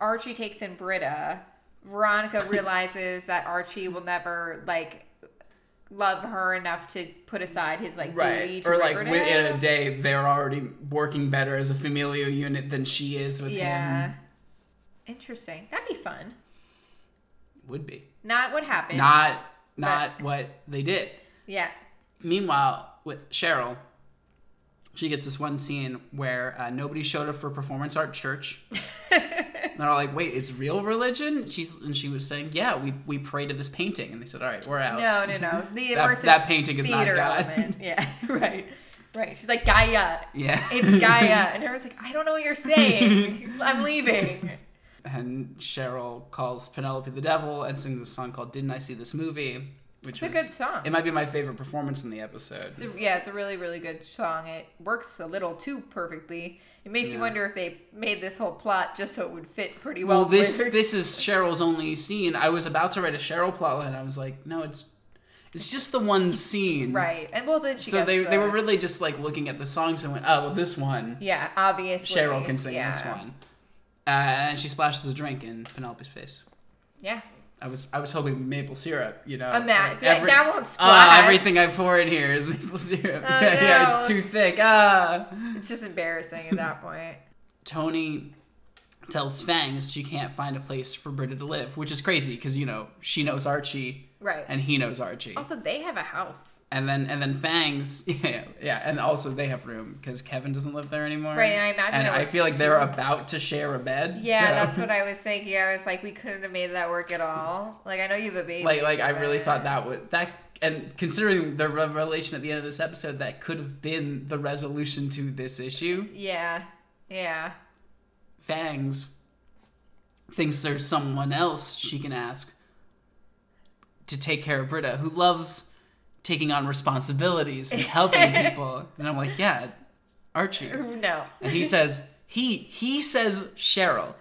Speaker 3: Archie takes in Britta. Veronica
Speaker 2: (laughs)
Speaker 3: realizes that Archie will never like love her enough to put aside his like duty
Speaker 2: right
Speaker 3: to
Speaker 2: or like
Speaker 3: Riverdale.
Speaker 2: within a day they're already working better as a familial unit than she is with
Speaker 3: yeah.
Speaker 2: him
Speaker 3: Interesting. That'd be fun.
Speaker 2: would be
Speaker 3: Not what happened.
Speaker 2: not not what they did
Speaker 3: yeah.
Speaker 2: meanwhile with cheryl she gets this one scene where uh, nobody showed up for performance art
Speaker 3: (laughs)
Speaker 2: church they're all like wait it's real religion she's and she was saying yeah we, we pray to this painting and they said all right we're out
Speaker 3: No, no, no.
Speaker 2: (laughs)
Speaker 3: The
Speaker 2: that,
Speaker 3: immersive
Speaker 2: that painting is not
Speaker 3: theater
Speaker 2: god (laughs)
Speaker 3: element. Yeah. (laughs) Right. Right. She's like Gaia.
Speaker 2: yeah (laughs)
Speaker 3: it's Gaia. And everyone's like, I don't know what you're saying. I'm leaving.
Speaker 2: and Cheryl calls Penelope the devil and sings this song called "Didn't I See This Movie," which
Speaker 3: It's a
Speaker 2: was-
Speaker 3: good song.
Speaker 2: It might be my favorite performance in the episode.
Speaker 3: It's a- yeah, it's a really, really good song. It works a little too perfectly. It makes you wonder if they made this whole plot just so it would fit pretty well.
Speaker 2: well, this
Speaker 3: with-
Speaker 2: this is Cheryl's only scene. I was about to write a Cheryl plotline. I was like, no, it's it's just the one scene,
Speaker 3: (laughs) right, and well then she
Speaker 2: So
Speaker 3: gets
Speaker 2: they they
Speaker 3: the-
Speaker 2: were really just like looking at the songs and went, oh, well, this one
Speaker 3: yeah, obviously
Speaker 2: Cheryl can sing
Speaker 3: yeah.
Speaker 2: this one, uh, and she splashes a drink in Penelope's face.
Speaker 3: Yeah,
Speaker 2: I was I was hoping maple syrup, you know.
Speaker 3: a mat.
Speaker 2: like
Speaker 3: yeah,
Speaker 2: every-
Speaker 3: that
Speaker 2: Ah,
Speaker 3: won't splash.
Speaker 2: everything I pour in here is (laughs) maple syrup.
Speaker 3: Oh,
Speaker 2: yeah, yeah,
Speaker 3: no.
Speaker 2: it's too thick. Ah.
Speaker 3: It's just embarrassing
Speaker 2: (laughs)
Speaker 3: at that point.
Speaker 2: Tony tells Fangs she can't find a place for Britta to live, which is crazy because you know she knows Archie
Speaker 3: Right.
Speaker 2: and he knows Archie,
Speaker 3: also, they have a house,
Speaker 2: and then and then Fangs, (laughs) yeah, yeah, and also they have room because Kevin doesn't live there anymore.
Speaker 3: Right, and I imagine
Speaker 2: and
Speaker 3: they're
Speaker 2: I
Speaker 3: like
Speaker 2: feel like they're
Speaker 3: two-
Speaker 2: about to share a bed.
Speaker 3: Yeah,
Speaker 2: so-
Speaker 3: that's what I was thinking. I was like, we couldn't have made that work at all. Like, I know you have a baby.
Speaker 2: like like I really
Speaker 3: but-
Speaker 2: thought that would that and considering the revelation at the end of this episode, that could have been the resolution to this issue.
Speaker 3: Yeah, yeah,
Speaker 2: Fangs thinks there's someone else she can ask to take care of Britta, who loves taking on responsibilities and helping people. And I'm like, yeah, Archie.
Speaker 3: no,
Speaker 2: And he says, he he says Cheryl.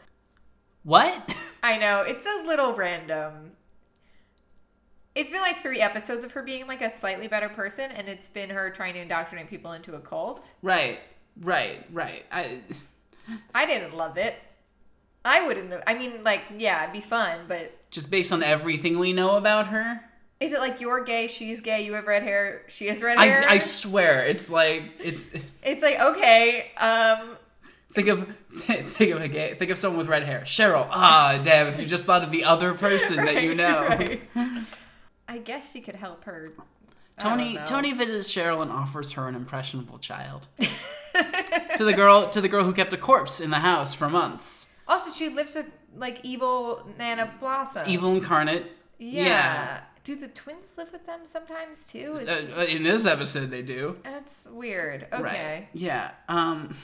Speaker 2: What?
Speaker 3: I know it's a little random. It's been like three episodes of her being like a slightly better person, and it's been her trying to indoctrinate people into a cult.
Speaker 2: right, right, right. I
Speaker 3: I didn't love it. I wouldn't. know- I mean, like, yeah, it'd be fun, but
Speaker 2: Just based on everything we know about her,
Speaker 3: is it like you're gay, she's gay, you have red hair, she has red hair?
Speaker 2: I, I swear it's like it's.
Speaker 3: it's like okay, um,
Speaker 2: Think of think of a gay, think of someone with red hair. Cheryl. Ah, damn! If you just thought of the other person (laughs) that you
Speaker 3: (laughs) right,
Speaker 2: know. (laughs)
Speaker 3: right. I guess she could help her. I don't
Speaker 2: Tony
Speaker 3: know.
Speaker 2: Tony visits Cheryl and offers her an impressionable child. (laughs) to the girl to the girl who kept a corpse in the house for months.
Speaker 3: Also, she lives with like evil Nana Blossom.
Speaker 2: Evil incarnate.
Speaker 3: Yeah.
Speaker 2: yeah.
Speaker 3: Do the twins live with them sometimes too?
Speaker 2: Uh,
Speaker 3: It's,
Speaker 2: in this episode they do.
Speaker 3: that's weird. Okay,
Speaker 2: Right. Yeah. Um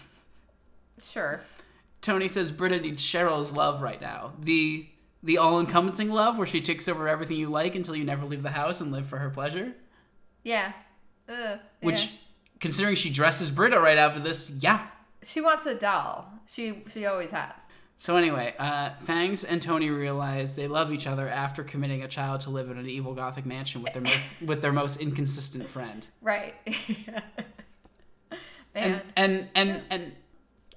Speaker 3: sure.
Speaker 2: Tony says Britta needs Cheryl's love right now. The the all-encompassing love where she takes over everything you like until you never leave the house and live for her pleasure,
Speaker 3: Yeah. Ugh,
Speaker 2: which
Speaker 3: yeah.
Speaker 2: considering she dresses Britta right after this, yeah.
Speaker 3: she wants a doll. She she always has.
Speaker 2: So anyway, uh, Fangs and Tony realize they love each other after committing a child to live in an evil gothic mansion with their most, with their most inconsistent friend.
Speaker 3: Right. (laughs) Man.
Speaker 2: And and and and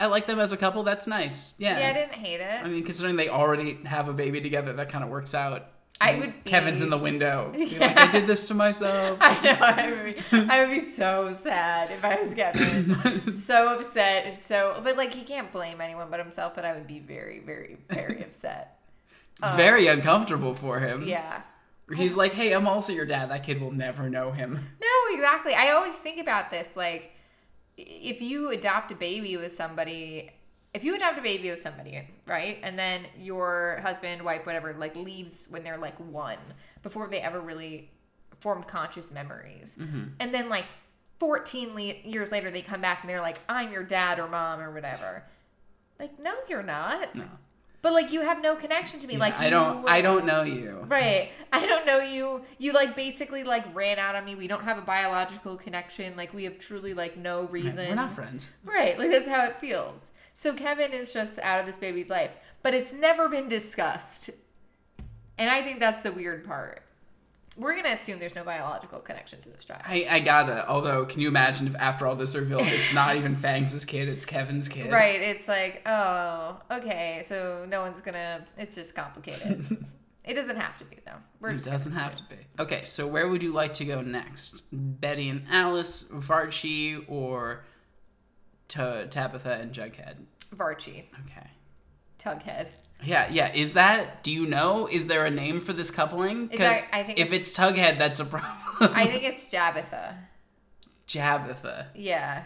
Speaker 2: I like them as a couple. That's nice. Yeah.
Speaker 3: yeah, I didn't hate it.
Speaker 2: I mean, considering they already have a baby together, that kind of works out.
Speaker 3: I would be-
Speaker 2: Kevin's in the window. Be like,
Speaker 3: Yeah.
Speaker 2: I did this to myself.
Speaker 3: (laughs) I know. I would, be, I would be so sad if I
Speaker 2: (coughs)
Speaker 3: was Kevin. so upset and so, but like he can't blame anyone but himself. But I would be very, very, very upset.
Speaker 2: It's very uncomfortable for him.
Speaker 3: Yeah.
Speaker 2: He's like, hey, I'm also your dad. That kid will never know him.
Speaker 3: No, exactly. I always think about this. Like, if you adopt a baby with somebody, if you adopt a baby with somebody, right, and then your husband, wife, whatever, like leaves when they're like one, before they ever really formed conscious memories,
Speaker 2: Mm-hmm.
Speaker 3: and then like fourteen le- years later, they come back and they're like, "I'm your dad or mom or whatever." Like, no, you're not.
Speaker 2: No.
Speaker 3: But like, you have no connection to me. like,
Speaker 2: I don't.
Speaker 3: you-
Speaker 2: I don't know you.
Speaker 3: Right. I don't know you. You like basically like ran out on me. We don't have a biological connection. Like we have truly like no reason.
Speaker 2: We're not friends.
Speaker 3: Right. Like that's how it feels. So Kevin is just out of this baby's life, but it's never been discussed. And I think that's the weird part. We're gonna assume there's no biological connection to this child.
Speaker 2: I, I gotta. Although, can you imagine if after all this revealed, it's not
Speaker 3: (laughs)
Speaker 2: even Fangs' kid, it's Kevin's kid?
Speaker 3: Right. It's like, oh, okay. So no one's gonna. It's just
Speaker 2: (laughs)
Speaker 3: complicated. it doesn't have to be though. We're
Speaker 2: It
Speaker 3: just gonna
Speaker 2: doesn't have
Speaker 3: assume.
Speaker 2: to be. Okay, so where would you like to go next? Betty and Alice, Varchi, or Ta Tabitha and Jughead?
Speaker 3: Varchi,
Speaker 2: Okay. (laughs)
Speaker 3: Tughead.
Speaker 2: Yeah, yeah. Is that? Do you know? Is there a name for this coupling?
Speaker 3: Is
Speaker 2: Because
Speaker 3: there- I think
Speaker 2: if
Speaker 3: it's-
Speaker 2: it's, Tughead, that's a problem.
Speaker 3: I think it's Jabitha.
Speaker 2: (laughs) Jabitha. (laughs)
Speaker 3: Yeah.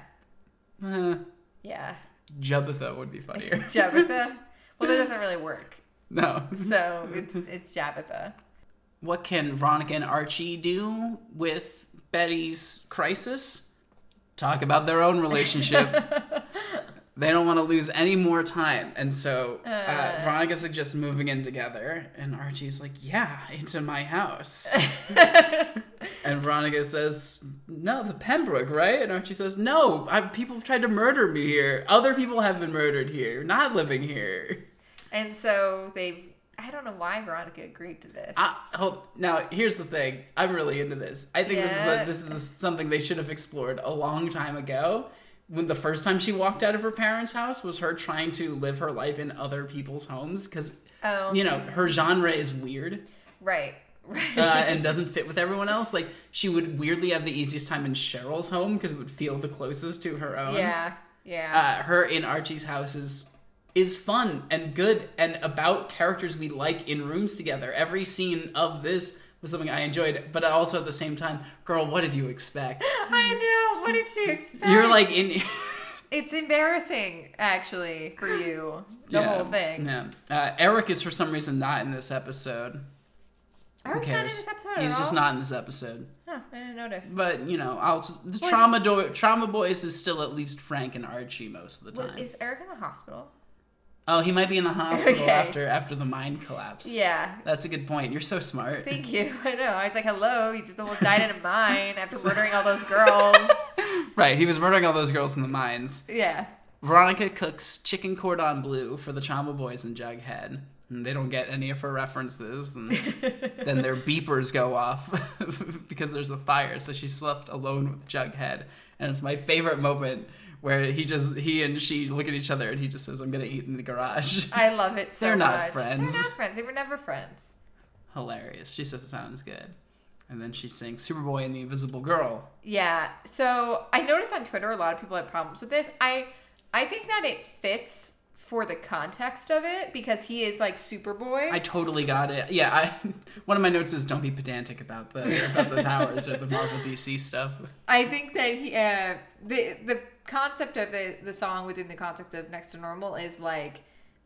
Speaker 2: Uh,
Speaker 3: Yeah.
Speaker 2: Jubitha would be funnier.
Speaker 3: Jabitha. well, that doesn't really work.
Speaker 2: (laughs) no.
Speaker 3: So
Speaker 2: Mm-hmm.
Speaker 3: it's
Speaker 2: (laughs)
Speaker 3: it's Jabitha.
Speaker 2: What can Veronica and Archie do with Betty's crisis? Talk about their own relationship. they don't want to lose any more time. And so uh, Veronica suggests moving in together. And Archie's like, Yeah, into my house. and Veronica says, No, the Pembroke, right? And Archie says, No, I, people have tried to murder me here. Other people have been murdered here. You're not living here.
Speaker 3: And so they've I don't know why Veronica agreed to this.
Speaker 2: I hope now. Here's the thing. I'm really into this. I think
Speaker 3: Yeah.
Speaker 2: this is a, this is something they should have explored a long time ago. When the first time she walked out of her parents' house was her trying to live her life in other people's homes because
Speaker 3: oh,
Speaker 2: you know her genre is weird
Speaker 3: right. (laughs) Right.
Speaker 2: uh, and doesn't fit with everyone else. Like she would weirdly have the easiest time in Cheryl's home because it would feel the closest to her own.
Speaker 3: yeah. Yeah.
Speaker 2: Uh, her in Archie's house is is fun and good and about characters we like in rooms together. Every scene of this was something I enjoyed, but also at the same time, girl, what did you
Speaker 3: (laughs)
Speaker 2: expect?
Speaker 3: I know. What did she expect?
Speaker 2: You're like in
Speaker 3: It's embarrassing actually for you.
Speaker 2: (laughs)
Speaker 3: The
Speaker 2: Yeah,
Speaker 3: whole thing.
Speaker 2: Yeah. Uh, Eric is for some reason not in this episode. Who
Speaker 3: Eric's not in
Speaker 2: cares?
Speaker 3: this episode
Speaker 2: He's
Speaker 3: at
Speaker 2: just
Speaker 3: all?
Speaker 2: not in this episode.
Speaker 3: Huh, I didn't notice.
Speaker 2: But you know, I'll just, the
Speaker 3: Was-
Speaker 2: trauma do- trauma boys is still at least Frank and Archie most of the
Speaker 3: What,
Speaker 2: time.
Speaker 3: is Eric in the
Speaker 2: (laughs)
Speaker 3: hospital?
Speaker 2: oh, he might be in the hospital
Speaker 3: (laughs) Okay.
Speaker 2: after after the mine collapse.
Speaker 3: Yeah.
Speaker 2: That's a good point. You're so smart.
Speaker 3: Thank you. (laughs) I know. I was like, hello, you just almost died in
Speaker 2: (laughs)
Speaker 3: a mine after murdering all those girls.
Speaker 2: Right, he was murdering all those girls in the mines.
Speaker 3: Yeah.
Speaker 2: Veronica cooks chicken cordon bleu for the Chamba Boys in Jughead. And they don't get any of her references, and then their beepers go off (laughs) because there's a fire. So she's left alone with Jughead, and it's my favorite moment where he just he and she look at each other and he just says, "I'm gonna eat in the garage." (laughs)
Speaker 3: I love it so
Speaker 2: They're
Speaker 3: much.
Speaker 2: not friends.
Speaker 3: They're not friends. They were never friends.
Speaker 2: Hilarious. She says it sounds good, and then she sings "Superboy and the Invisible Girl."
Speaker 3: Yeah. So I noticed on Twitter a lot of people had problems with this. I I think that it fits for the context of it because he is like Superboy.
Speaker 2: I totally got it. Yeah, I (laughs) one of my notes is don't be pedantic about the about the powers or the Marvel DC stuff.
Speaker 3: I think that he, uh, the the concept of the, the song within the context of Next to Normal is like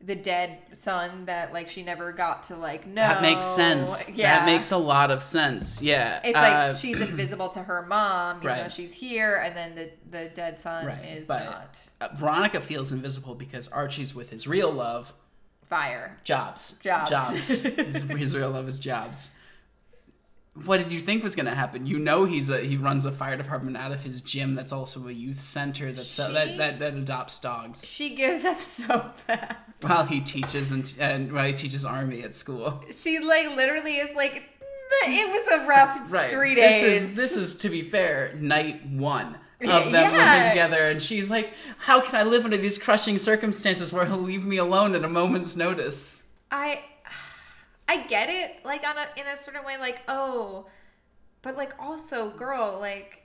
Speaker 3: the dead son that like she never got to like know.
Speaker 2: That makes sense. That makes a lot of sense. Yeah.
Speaker 3: It's like
Speaker 2: Uh,
Speaker 3: she's invisible to her mom, even
Speaker 2: (clears throat)
Speaker 3: though
Speaker 2: Right.
Speaker 3: she's here, and then the the dead son
Speaker 2: Right,
Speaker 3: is
Speaker 2: but-
Speaker 3: not
Speaker 2: uh, Veronica feels invisible because Archie's with his real love,
Speaker 3: fire.
Speaker 2: Jobs.
Speaker 3: Jobs.
Speaker 2: Jobs.
Speaker 3: (laughs)
Speaker 2: his, his real love is Jobs. What did you think was going to happen? You know he's a he runs a fire department out of his gym that's also a youth center that's
Speaker 3: She-
Speaker 2: that, that that adopts dogs.
Speaker 3: She gives up so fast.
Speaker 2: While he teaches and, and while he teaches army at school.
Speaker 3: She like literally is like it was a rough
Speaker 2: Right.
Speaker 3: three
Speaker 2: This
Speaker 3: days.
Speaker 2: is- This is to be fair, night one of them
Speaker 3: Yeah.
Speaker 2: living together, and she's like, "How can I live under these crushing circumstances where he'll leave me alone at a moment's notice?"
Speaker 3: I I get it, like on a in a certain way, like oh, but like also, girl, like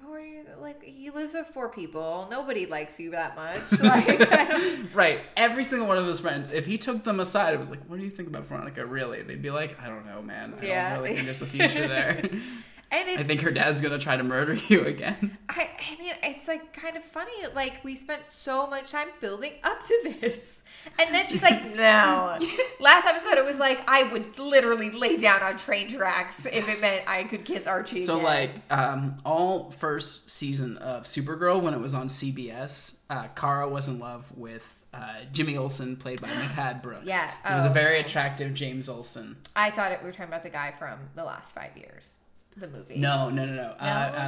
Speaker 3: who are you? Like he lives with four people. Nobody likes you that much. (laughs) Like I don't,
Speaker 2: Right. Every single one of his friends, if he took them aside, it was like, "What do you think about Veronica? Really?" They'd be like, "I don't know, man. I
Speaker 3: Yeah.
Speaker 2: don't really think there's a future there.
Speaker 3: (laughs)
Speaker 2: (laughs)
Speaker 3: and it's
Speaker 2: I think her dad's gonna try to murder you again."
Speaker 3: I, I mean, it's like kind of funny. Like we spent so much time building up to this, and then she's like, "No." (laughs) Last episode, it was like I would literally lay down on train tracks if it meant I could kiss Archie.
Speaker 2: So
Speaker 3: again.
Speaker 2: like um, all first season of Supergirl when it was on CBS, uh, Kara was in love with uh, Jimmy Olsen, played by
Speaker 3: (gasps)
Speaker 2: Mikad Brooks.
Speaker 3: Yeah,
Speaker 2: he was a
Speaker 3: oh,
Speaker 2: very
Speaker 3: okay.
Speaker 2: attractive James Olsen.
Speaker 3: I thought it, we were talking about the guy from the last five years, the movie.
Speaker 2: No, no, no, no. Uh,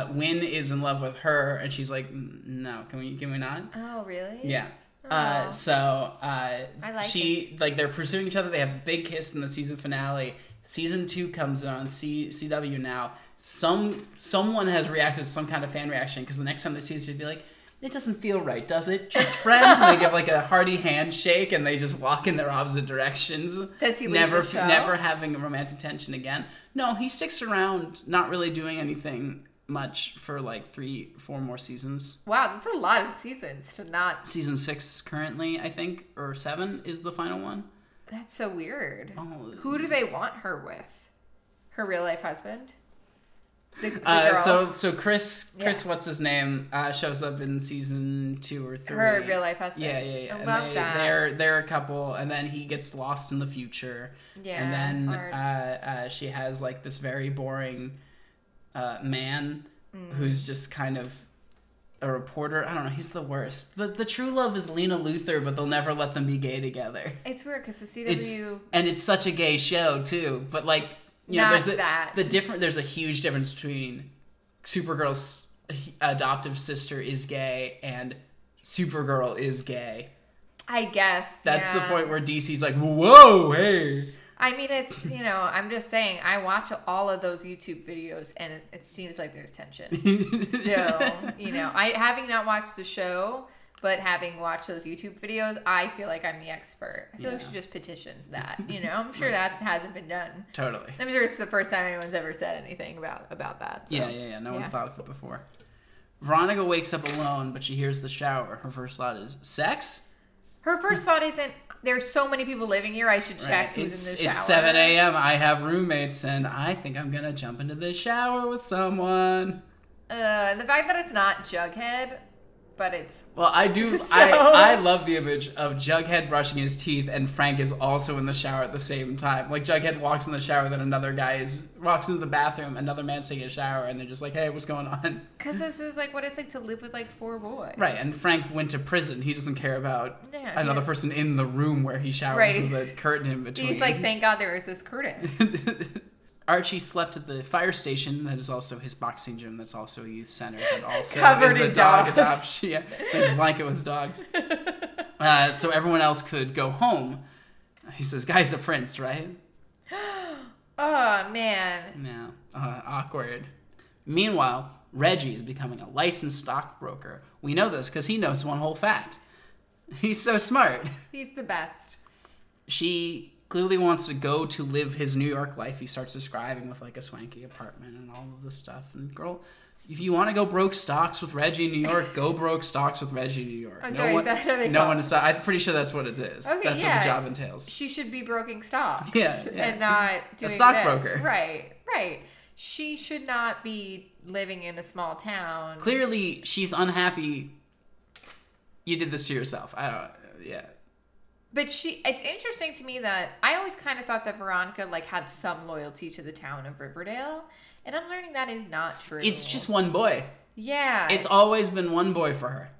Speaker 2: uh, Win is in love with her, and she's like, "Mm, no, can we can we not?
Speaker 3: Oh, really?
Speaker 2: Yeah. Uh,
Speaker 3: Aw.
Speaker 2: so uh,
Speaker 3: I like
Speaker 2: she like they're pursuing each other. They have a big kiss in the season finale. Season two comes on C- CW now. Some someone has reacted to some kind of fan reaction because the next time they see it, she'd be like, "It doesn't feel right, does it?
Speaker 3: (laughs)
Speaker 2: Just friends." and they give like a hearty handshake and they just walk in their opposite directions.
Speaker 3: Does he leave
Speaker 2: never
Speaker 3: the show?
Speaker 2: never having a romantic tension again? No, he sticks around, not really doing anything much for like three, four more seasons
Speaker 3: Wow, that's a lot of seasons to not.
Speaker 2: season six currently, I think, or seven is the final one.
Speaker 3: That's so weird.
Speaker 2: Oh.
Speaker 3: Who do they want her with? Her real life husband. The, the
Speaker 2: Uh,
Speaker 3: girls.
Speaker 2: so so Chris Chris
Speaker 3: Yeah.
Speaker 2: what's his name uh, shows up in season two or three.
Speaker 3: her real life husband.
Speaker 2: Yeah, yeah, yeah.
Speaker 3: I
Speaker 2: And
Speaker 3: love
Speaker 2: they,
Speaker 3: that.
Speaker 2: They're they're a couple, and then he gets lost in the future.
Speaker 3: Yeah,
Speaker 2: And then
Speaker 3: hard.
Speaker 2: uh, uh, she has like this very boring uh, man
Speaker 3: Mm.
Speaker 2: who's just kind of a reporter. I don't know. He's the worst. The the true love is Lena Luthor, but they'll never let them be gay together.
Speaker 3: It's weird because the CW.
Speaker 2: it's and it's such a gay show too. But like you
Speaker 3: Not
Speaker 2: know, there's a,
Speaker 3: that.
Speaker 2: the different. There's a huge difference between Supergirl's adoptive sister is gay and Supergirl is gay.
Speaker 3: I guess
Speaker 2: That's the
Speaker 3: yeah.
Speaker 2: point where DC's like, whoa, hey.
Speaker 3: I mean, it's you know, I'm just saying. I watch all of those YouTube videos, and it, it seems like there's tension.
Speaker 2: (laughs)
Speaker 3: So, you know, I having not watched the show, but having watched those YouTube videos, I feel like I'm the expert. I feel like
Speaker 2: Yeah.
Speaker 3: she just petitioned that.
Speaker 2: (laughs)
Speaker 3: You know, I'm sure that hasn't been done.
Speaker 2: (laughs) totally.
Speaker 3: I'm sure it's the first time anyone's ever said anything about about that. So.
Speaker 2: Yeah, yeah, yeah. No one's
Speaker 3: yeah.
Speaker 2: thought of it before. Veronica wakes up alone, but she hears the shower. Her first thought is sex.
Speaker 3: Her first thought isn't there's so many people living here. I should check
Speaker 2: Right.
Speaker 3: who's
Speaker 2: it's,
Speaker 3: in the shower.
Speaker 2: It's 7 a.m. I have roommates, and I think I'm gonna jump into the shower with someone.
Speaker 3: Uh, and the fact that it's not Jughead, but it's
Speaker 2: Well, I
Speaker 3: (laughs)
Speaker 2: do.
Speaker 3: So-
Speaker 2: I, I love the image of Jughead brushing his teeth, and Frank is also in the shower at the same time. Like Jughead walks in the shower, then another guy is walks into the bathroom, another man's taking a shower, and they're just like, "Hey, what's going
Speaker 3: (laughs)
Speaker 2: on?"
Speaker 3: because this is like what it's like to live with like four boys.
Speaker 2: Right. And Frank went to prison. He doesn't care about
Speaker 3: Yeah,
Speaker 2: another
Speaker 3: yeah.
Speaker 2: person in the room where he showers
Speaker 3: Right.
Speaker 2: with a curtain in between.
Speaker 3: he's like, thank God there is
Speaker 2: (laughs)
Speaker 3: this curtain.
Speaker 2: Archie slept at the fire station that is also his boxing gym that's also a youth center that also
Speaker 3: Covered
Speaker 2: is a
Speaker 3: in
Speaker 2: dog
Speaker 3: dogs.
Speaker 2: adoption. Yeah, his blanket was
Speaker 3: (laughs)
Speaker 2: dogs. Uh, so everyone else could go home. He says, "Guy's a prince, right?"
Speaker 3: Oh man,
Speaker 2: Yeah, uh, awkward. Meanwhile, Reggie is becoming a licensed stockbroker. We know this because he knows one whole fact. He's so smart. (laughs)
Speaker 3: He's the best.
Speaker 2: She clearly wants to go to live his New York life. He starts describing with like a swanky apartment and all of this stuff. And girl, if you want to go broke stocks with Reggie in New York, go broke stocks with Reggie in New York.
Speaker 3: I'm sorry, is
Speaker 2: one,
Speaker 3: that how they
Speaker 2: no
Speaker 3: call
Speaker 2: one
Speaker 3: it?
Speaker 2: aside. I'm pretty sure that's what it is.
Speaker 3: Okay,
Speaker 2: that's what
Speaker 3: yeah.
Speaker 2: the job entails.
Speaker 3: She should be broking stocks.
Speaker 2: Yeah, yeah.
Speaker 3: And not doing
Speaker 2: stockbroker.
Speaker 3: that. Right, right. She should not be living in a small town.
Speaker 2: Clearly, she's unhappy. You did this to yourself. I don't. Yeah.
Speaker 3: But she it's interesting to me that I always kind of thought that Veronica like had some loyalty to the town of Riverdale. And I'm learning that is not true.
Speaker 2: It's just one boy.
Speaker 3: Yeah.
Speaker 2: It's always been one boy for her.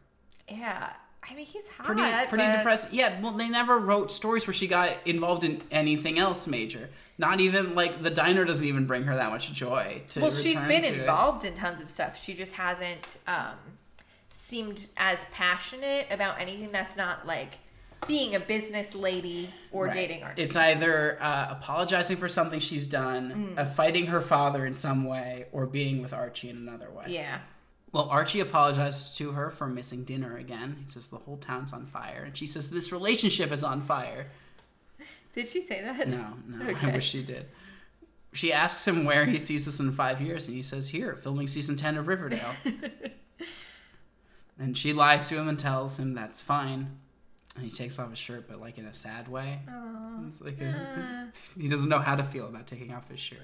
Speaker 3: yeah. I mean he's hot.
Speaker 2: Pretty pretty
Speaker 3: but-
Speaker 2: depressing. Yeah, well they never wrote stories where she got involved in anything else major. Not even like the diner doesn't even bring her that much joy to
Speaker 3: Well, she's
Speaker 2: return
Speaker 3: been
Speaker 2: to it.
Speaker 3: involved in tons of stuff. She just hasn't um, seemed as passionate about anything that's not like being a business lady or
Speaker 2: Right.
Speaker 3: dating artist.
Speaker 2: It's either uh, apologizing for something she's done,
Speaker 3: Mm.
Speaker 2: uh, fighting her father in some way, or being with Archie in another way.
Speaker 3: yeah.
Speaker 2: Well, Archie apologizes to her for missing dinner again. He says the whole town's on fire, and she says this relationship is on fire.
Speaker 3: Did she say that?
Speaker 2: No, no, (laughs) I
Speaker 3: Okay.
Speaker 2: wish she did. She asks him where he sees us in five years, and he says, Here, filming season 10 of
Speaker 3: (laughs)
Speaker 2: Riverdale. and she lies to him and tells him that's fine. And he takes off his shirt, but like in a sad way.
Speaker 3: Aw. (laughs)
Speaker 2: It's like a- (laughs) he doesn't know how to feel about taking off his shirt.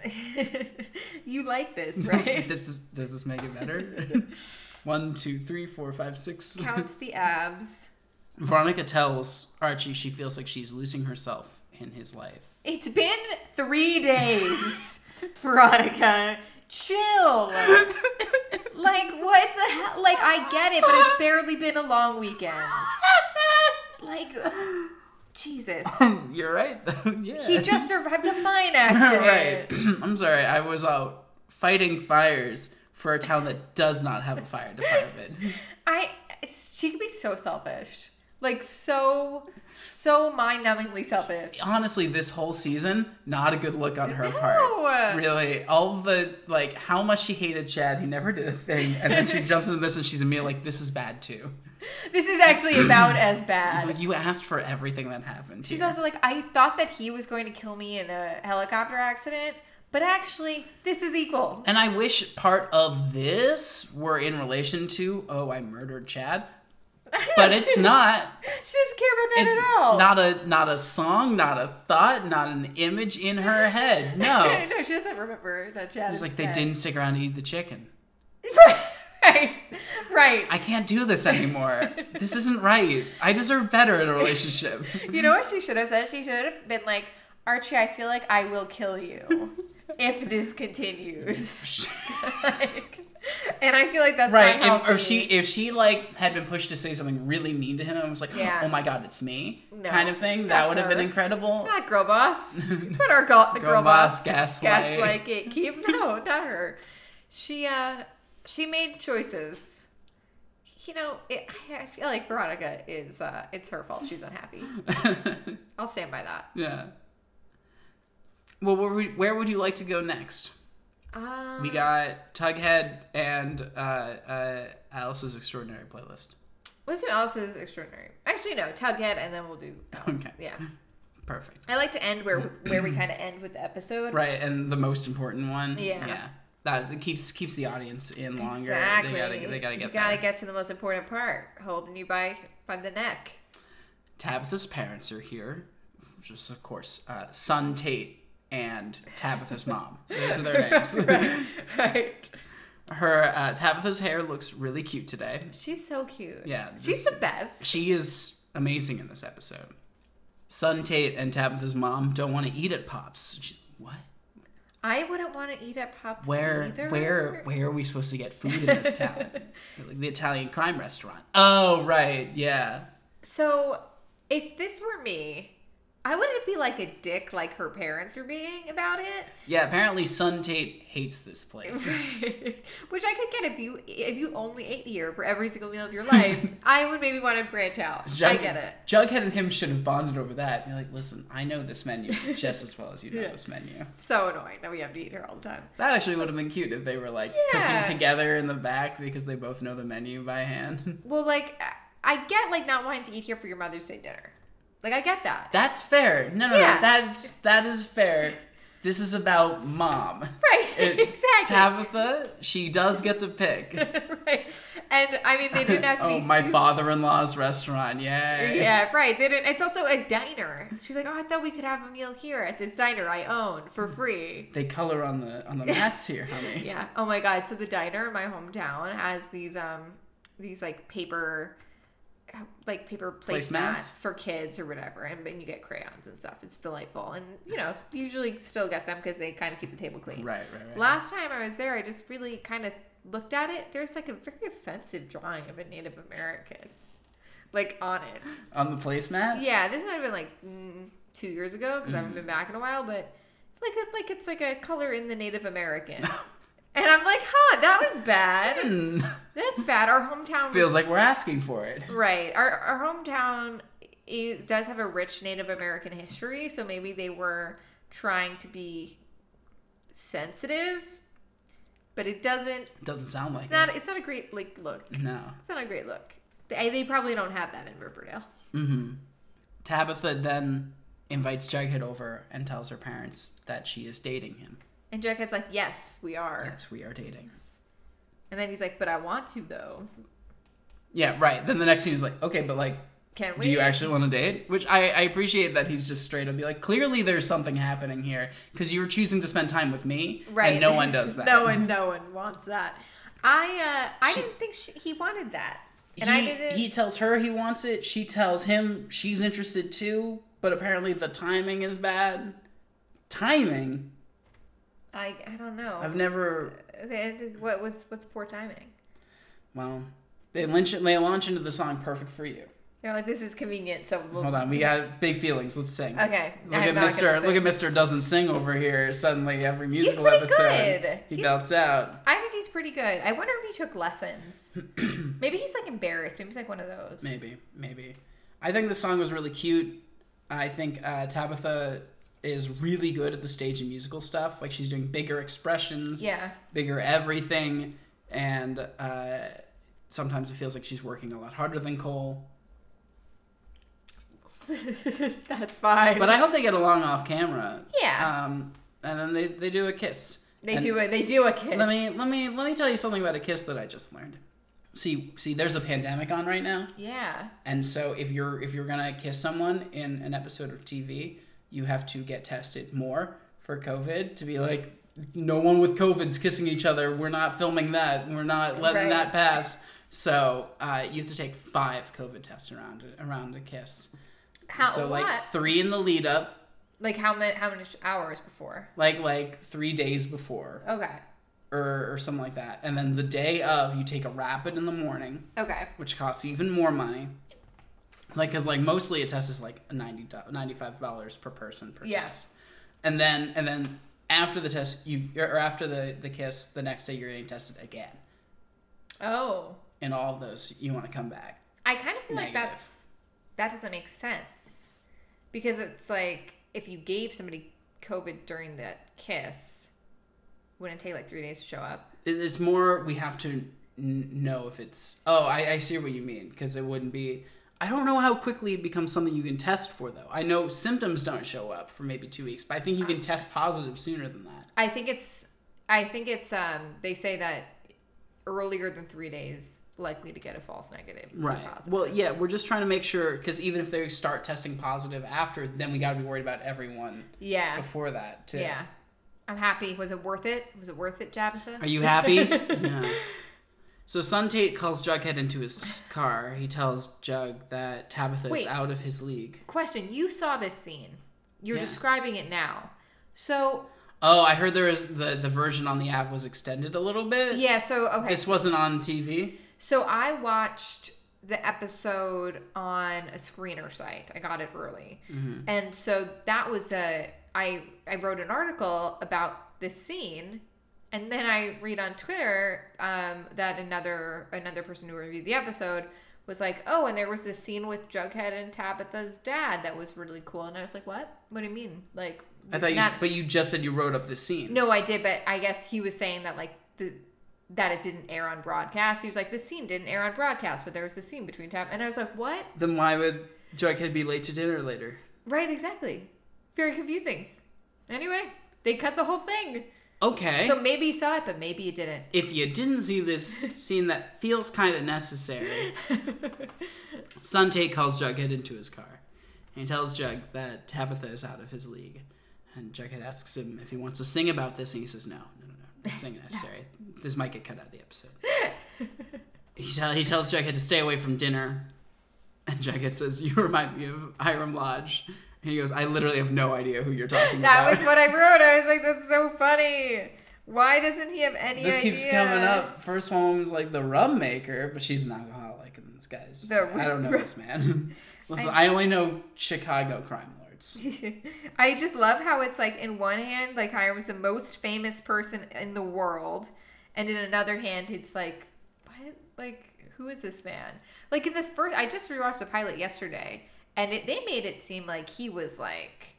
Speaker 3: you like this, (laughs)
Speaker 2: (laughs)
Speaker 3: right?
Speaker 2: does, this, does this make it better?
Speaker 3: (laughs)
Speaker 2: One, two, three, four, five, six.
Speaker 3: Count the abs.
Speaker 2: (laughs) Veronica tells Archie she feels like she's losing herself in his
Speaker 3: (laughs)
Speaker 2: life. (laughs)
Speaker 3: It's been three days, (laughs) Veronica. Chill. like what the hell? Like I get it, but it's barely been a long weekend.
Speaker 2: (laughs)
Speaker 3: Like, Jesus.
Speaker 2: You're right, though. (laughs) Yeah.
Speaker 3: He just survived a mine (laughs) accident.
Speaker 2: (laughs) right. (clears throat) I'm sorry. I was out fighting fires for a town that does not have a fire department.
Speaker 3: I. It's, she could be so selfish. Like so, so mind-numbingly selfish.
Speaker 2: Honestly, this whole season, not a good look on her
Speaker 3: No.
Speaker 2: part. Really, all the like, how much she hated Chad. He never did a thing, and
Speaker 3: (laughs)
Speaker 2: then she jumps into this, and she's immediately like, "This is bad too."
Speaker 3: This is actually about
Speaker 2: (coughs)
Speaker 3: as
Speaker 2: It's
Speaker 3: bad.
Speaker 2: like you asked for everything that happened.
Speaker 3: She's
Speaker 2: here.
Speaker 3: also like, I thought that he was going to kill me in a helicopter accident, but actually, this is equal. (laughs)
Speaker 2: And I wish part of this were in relation to, oh, I murdered
Speaker 3: (laughs)
Speaker 2: Chad. But it's not.
Speaker 3: She doesn't care about that
Speaker 2: It-
Speaker 3: at all. (laughs)
Speaker 2: Not a not a song, not a thought, not an image in her head.
Speaker 3: (laughs)
Speaker 2: No.
Speaker 3: no, she doesn't remember that Chad.
Speaker 2: It's
Speaker 3: is
Speaker 2: like they
Speaker 3: dead.
Speaker 2: didn't stick around to eat the chicken.
Speaker 3: (laughs) right, right.
Speaker 2: I can't do this anymore. (laughs) this isn't right. I deserve better in a
Speaker 3: (laughs)
Speaker 2: relationship.
Speaker 3: You know what she should have said? She should have been like, Archie, I feel like I will kill you
Speaker 2: (laughs)
Speaker 3: if this continues. like, and I feel like
Speaker 2: (laughs)
Speaker 3: that's
Speaker 2: right. If,
Speaker 3: Not
Speaker 2: or
Speaker 3: healthy.
Speaker 2: she if she like had been pushed to say something really mean to him and was like,
Speaker 3: Yeah.
Speaker 2: Oh my god, it's me
Speaker 3: No,
Speaker 2: kind of thing,
Speaker 3: it's
Speaker 2: that
Speaker 3: not
Speaker 2: would have
Speaker 3: her.
Speaker 2: been incredible.
Speaker 3: It's not
Speaker 2: (laughs)
Speaker 3: girl boss. It's not our girl, girl, boss. Gaslight gatekeep. No, not her. She uh she made choices. You know, it, I, I feel like Veronica is uh it's her fault.
Speaker 2: (laughs)
Speaker 3: She's unhappy. I'll stand by that.
Speaker 2: Yeah. Well, where would, where would you like to go next?
Speaker 3: Um,
Speaker 2: We got Tughead and uh, uh, Alice's Extraordinary Playlist.
Speaker 3: let's do Alice's extraordinary. Actually, no, Tughead, and then we'll do. Alice.
Speaker 2: Okay.
Speaker 3: Yeah,
Speaker 2: Perfect.
Speaker 3: I like to
Speaker 2: (clears throat)
Speaker 3: end where where we kind of end with the episode.
Speaker 2: Right, and the most important one.
Speaker 3: Yeah.
Speaker 2: That it keeps keeps the audience in longer.
Speaker 3: Exactly.
Speaker 2: They gotta they gotta
Speaker 3: you
Speaker 2: get
Speaker 3: gotta
Speaker 2: there.
Speaker 3: get to the most important part, holding you by by the neck. (laughs)
Speaker 2: Tabitha's parents are here, which is of course uh, Son Tate and Tabitha's mom. Those are their
Speaker 3: (laughs)
Speaker 2: names.
Speaker 3: right, right.
Speaker 2: Her uh, Tabitha's hair looks really cute today.
Speaker 3: She's so cute.
Speaker 2: Yeah,
Speaker 3: she's
Speaker 2: this-
Speaker 3: the best.
Speaker 2: She is amazing in this episode. Sun Tate and Tabitha's mom don't want to eat at Pops. She's like, what?
Speaker 3: I wouldn't want to eat at Pop's
Speaker 2: Where,
Speaker 3: either.
Speaker 2: where, where are we supposed to get food in this
Speaker 3: (laughs)
Speaker 2: town? like the Italian crime restaurant. Oh, right, yeah.
Speaker 3: So, if this were me, I wouldn't be like a dick like her parents are being about it. (laughs)
Speaker 2: Yeah, apparently Sun Tate hates this place.
Speaker 3: Which I could get if you if you only ate here for every single meal of
Speaker 2: (laughs)
Speaker 3: your life. I would maybe want to branch out. I get it.
Speaker 2: Jughead and him should have bonded over that. Be like, listen, I know this
Speaker 3: (laughs)
Speaker 2: menu just as well as you know this menu.
Speaker 3: So annoying that we have to eat here all the time.
Speaker 2: That actually would have been cute if they were like
Speaker 3: Yeah.
Speaker 2: cooking together in the back because they both know the menu by hand. (laughs)
Speaker 3: Well, like I get like not wanting to eat here for your Mother's Day dinner. Like I get that.
Speaker 2: That's fair. No, no,
Speaker 3: Yeah.
Speaker 2: no. That's that is fair. This is about mom.
Speaker 3: Right.
Speaker 2: It-
Speaker 3: (laughs) exactly.
Speaker 2: Tabitha, she does get to pick.
Speaker 3: (laughs) right. And I mean they didn't have
Speaker 2: (laughs)
Speaker 3: to
Speaker 2: oh,
Speaker 3: be
Speaker 2: my
Speaker 3: super-
Speaker 2: father-in-law's restaurant. Yay.
Speaker 3: Yeah, right. They didn't, it's also a diner. She's like, oh, I thought we could have a meal here at this diner I own for
Speaker 2: Mm.
Speaker 3: free.
Speaker 2: They color on the
Speaker 3: (laughs)
Speaker 2: on the mats here, honey.
Speaker 3: Yeah. Oh my god. So the diner in my hometown has these um these like paper like paper placemats
Speaker 2: Placemats?
Speaker 3: for kids or whatever, and, and you get crayons and stuff. It's delightful, and you know usually still get them because they kind of keep the table clean.
Speaker 2: Right, right, right.
Speaker 3: Last time I was there, I just really kind of looked at it. There's like a very offensive drawing of a Native American, like on it.
Speaker 2: on the placemat?
Speaker 3: Yeah, this might have been like mm, two years ago because I haven't been back in a while, but it's like it's like it's like a color in the Native American, and I'm like, huh, that was bad.
Speaker 2: Hmm.
Speaker 3: That's bad. Our hometown
Speaker 2: (laughs)
Speaker 3: was-
Speaker 2: Feels like we're asking for it.
Speaker 3: right. Our our hometown is, does have a rich Native American history, so maybe they were trying to be sensitive, but it doesn't.
Speaker 2: Doesn't sound like
Speaker 3: It's not. It's not a great like look.
Speaker 2: it. No.
Speaker 3: It's not a great look. They, they probably don't have that in Riverdale.
Speaker 2: Mm-hmm. Tabitha then invites Jughead over and tells her parents that she is dating him.
Speaker 3: And Jughead's like, yes, we are.
Speaker 2: Yes, we are dating.
Speaker 3: And then he's like, "But I want to though.
Speaker 2: Yeah, right. Then the next scene is like, okay, but like,
Speaker 3: Can we?"
Speaker 2: do you actually want to date? Which I, I appreciate that he's just straight up be like, clearly there's something happening here because you were choosing to spend time with me,
Speaker 3: right?
Speaker 2: And no one
Speaker 3: (laughs)
Speaker 2: does that.
Speaker 3: no one, no one wants that. I, uh, I didn't think she, he wanted that, and I
Speaker 2: he,
Speaker 3: didn't.
Speaker 2: he tells her he wants it. She tells him she's interested too, but apparently the timing is bad. Timing?
Speaker 3: I, I don't know.
Speaker 2: I've never
Speaker 3: Okay, What was what's poor timing?
Speaker 2: Well, they launch they launch into the song "Perfect for You."
Speaker 3: They're like, "This is convenient." So we'll,
Speaker 2: Hold on, we got big feelings. Let's sing.
Speaker 3: (laughs) okay.
Speaker 2: Look
Speaker 3: I'm
Speaker 2: at
Speaker 3: not
Speaker 2: Mister.
Speaker 3: gonna say-
Speaker 2: Look at Mister doesn't sing over here. Suddenly, every musical
Speaker 3: pretty
Speaker 2: episode,
Speaker 3: good.
Speaker 2: he
Speaker 3: He's-
Speaker 2: belts out.
Speaker 3: I think he's pretty good. I wonder if he
Speaker 2: (clears throat)
Speaker 3: took lessons. Maybe he's like embarrassed. Maybe he's like one of those.
Speaker 2: Maybe, maybe. I think the song was really cute. I think uh, Tabitha is really good at the stage and musical stuff. Like she's doing bigger expressions,
Speaker 3: Yeah.
Speaker 2: bigger everything, and uh, sometimes it feels like she's working a lot harder than Cole.
Speaker 3: (laughs) That's fine.
Speaker 2: But I hope they get along off camera.
Speaker 3: yeah,
Speaker 2: Um, and then they, they do a kiss.
Speaker 3: they
Speaker 2: And
Speaker 3: do a they do a kiss.
Speaker 2: Let me let me let me tell you something about a kiss that I just learned. See see, there's a pandemic on right now,
Speaker 3: yeah.
Speaker 2: and so if you're if you're gonna kiss someone in an episode of TV, you have to get tested more for COVID to be like, no one with COVID's kissing each other. We're not filming that. We're not letting
Speaker 3: Right.
Speaker 2: that pass. So uh, you have to take five COVID tests around around a kiss.
Speaker 3: How
Speaker 2: so
Speaker 3: what?
Speaker 2: like three in the lead up,
Speaker 3: like how many how many hours before?
Speaker 2: like like three days before.
Speaker 3: Okay.
Speaker 2: or, or something like that. And then the day of, you take a rapid in the morning,
Speaker 3: Okay.
Speaker 2: which costs even more money. Like, because like mostly a test is like $90, $95 per person per
Speaker 3: Yeah.
Speaker 2: test. And then, and then after the test, you, or after the, the kiss, the next day you're getting tested again.
Speaker 3: Oh,
Speaker 2: And all of those, you want to come back.
Speaker 3: I kind of feel like
Speaker 2: Negative.
Speaker 3: that's that doesn't make sense because it's like if you gave somebody COVID during that kiss, wouldn't it take like three days to show up?
Speaker 2: It- It's more, we have to n- know if it's, oh, I, I see what you mean. Because it wouldn't be, I don't know how quickly it becomes something you can test for, though. I know symptoms don't show up for maybe two weeks, but I think you can test positive sooner than that.
Speaker 3: I think it's I think it's um they say that earlier than three days likely to get a false negative. or
Speaker 2: Right.
Speaker 3: positive.
Speaker 2: Well, yeah, we're just trying to make sure because even if they start testing positive after, then we got to be worried about everyone
Speaker 3: yeah.
Speaker 2: before that too.
Speaker 3: Yeah. I'm happy. Was it worth it? Was it worth it, Jabitha?
Speaker 2: Are you
Speaker 3: (laughs)
Speaker 2: happy? yeah. So Sun Tate calls Jughead into his car. He tells Jug that Tabitha is
Speaker 3: Wait.
Speaker 2: out of his league.
Speaker 3: Question: You saw this scene. You're
Speaker 2: Yeah.
Speaker 3: describing it now. So
Speaker 2: Oh, I heard there is the the version on the app was extended a little bit.
Speaker 3: yeah. So okay.
Speaker 2: This wasn't on TV.
Speaker 3: So I watched the episode on a screener site. I got it early.
Speaker 2: Mm-hmm.
Speaker 3: And so that was a I I wrote an article about this scene and then I read on Twitter um, that another another person who reviewed the episode was like, "Oh, and there was this scene with Jughead and Tabitha's dad that was really cool." And I was like, "What? What do you mean? Like
Speaker 2: I thought you,
Speaker 3: not-
Speaker 2: s but you just said you wrote up the scene.
Speaker 3: no, I did, but I guess he was saying that like the that it didn't air on broadcast. He was like, this scene didn't air on broadcast, but there was this scene between Tab and I was like, what?
Speaker 2: Then why would Jughead be late to dinner later?
Speaker 3: Right, exactly. Very confusing. Anyway, they cut the whole thing.
Speaker 2: Okay.
Speaker 3: So maybe you saw it, but maybe you didn't.
Speaker 2: if you didn't see this scene that feels kind of
Speaker 3: (laughs)
Speaker 2: necessary, Sante calls Jughead into his car. And he tells Jug that Tabitha is out of his league. And Jughead asks him if he wants to sing about this, and he says, No, no, no, no, no
Speaker 3: (laughs)
Speaker 2: singing necessary. This might get cut out of the episode. he, tell, he tells Jughead to stay away from dinner. And Jughead says, You remind me of Hiram Lodge. And he goes, I literally have no idea who you're talking
Speaker 3: That
Speaker 2: about.
Speaker 3: was what I wrote. I was like, that's so funny. Why doesn't he have any
Speaker 2: This
Speaker 3: idea?
Speaker 2: keeps coming up. First one was like the rum maker, but she's an alcoholic, and this guy's. Just,
Speaker 3: The
Speaker 2: like, I don't know
Speaker 3: rum-
Speaker 2: this man. (laughs) Listen, I, only know Chicago crime lords.
Speaker 3: (laughs) I just love how it's like in one hand, like Hiram was the most famous person in the world, and in another hand, it's like, what? Like, who is this man? Like in this first, I just rewatched the pilot yesterday, and it, they made it seem like he was like,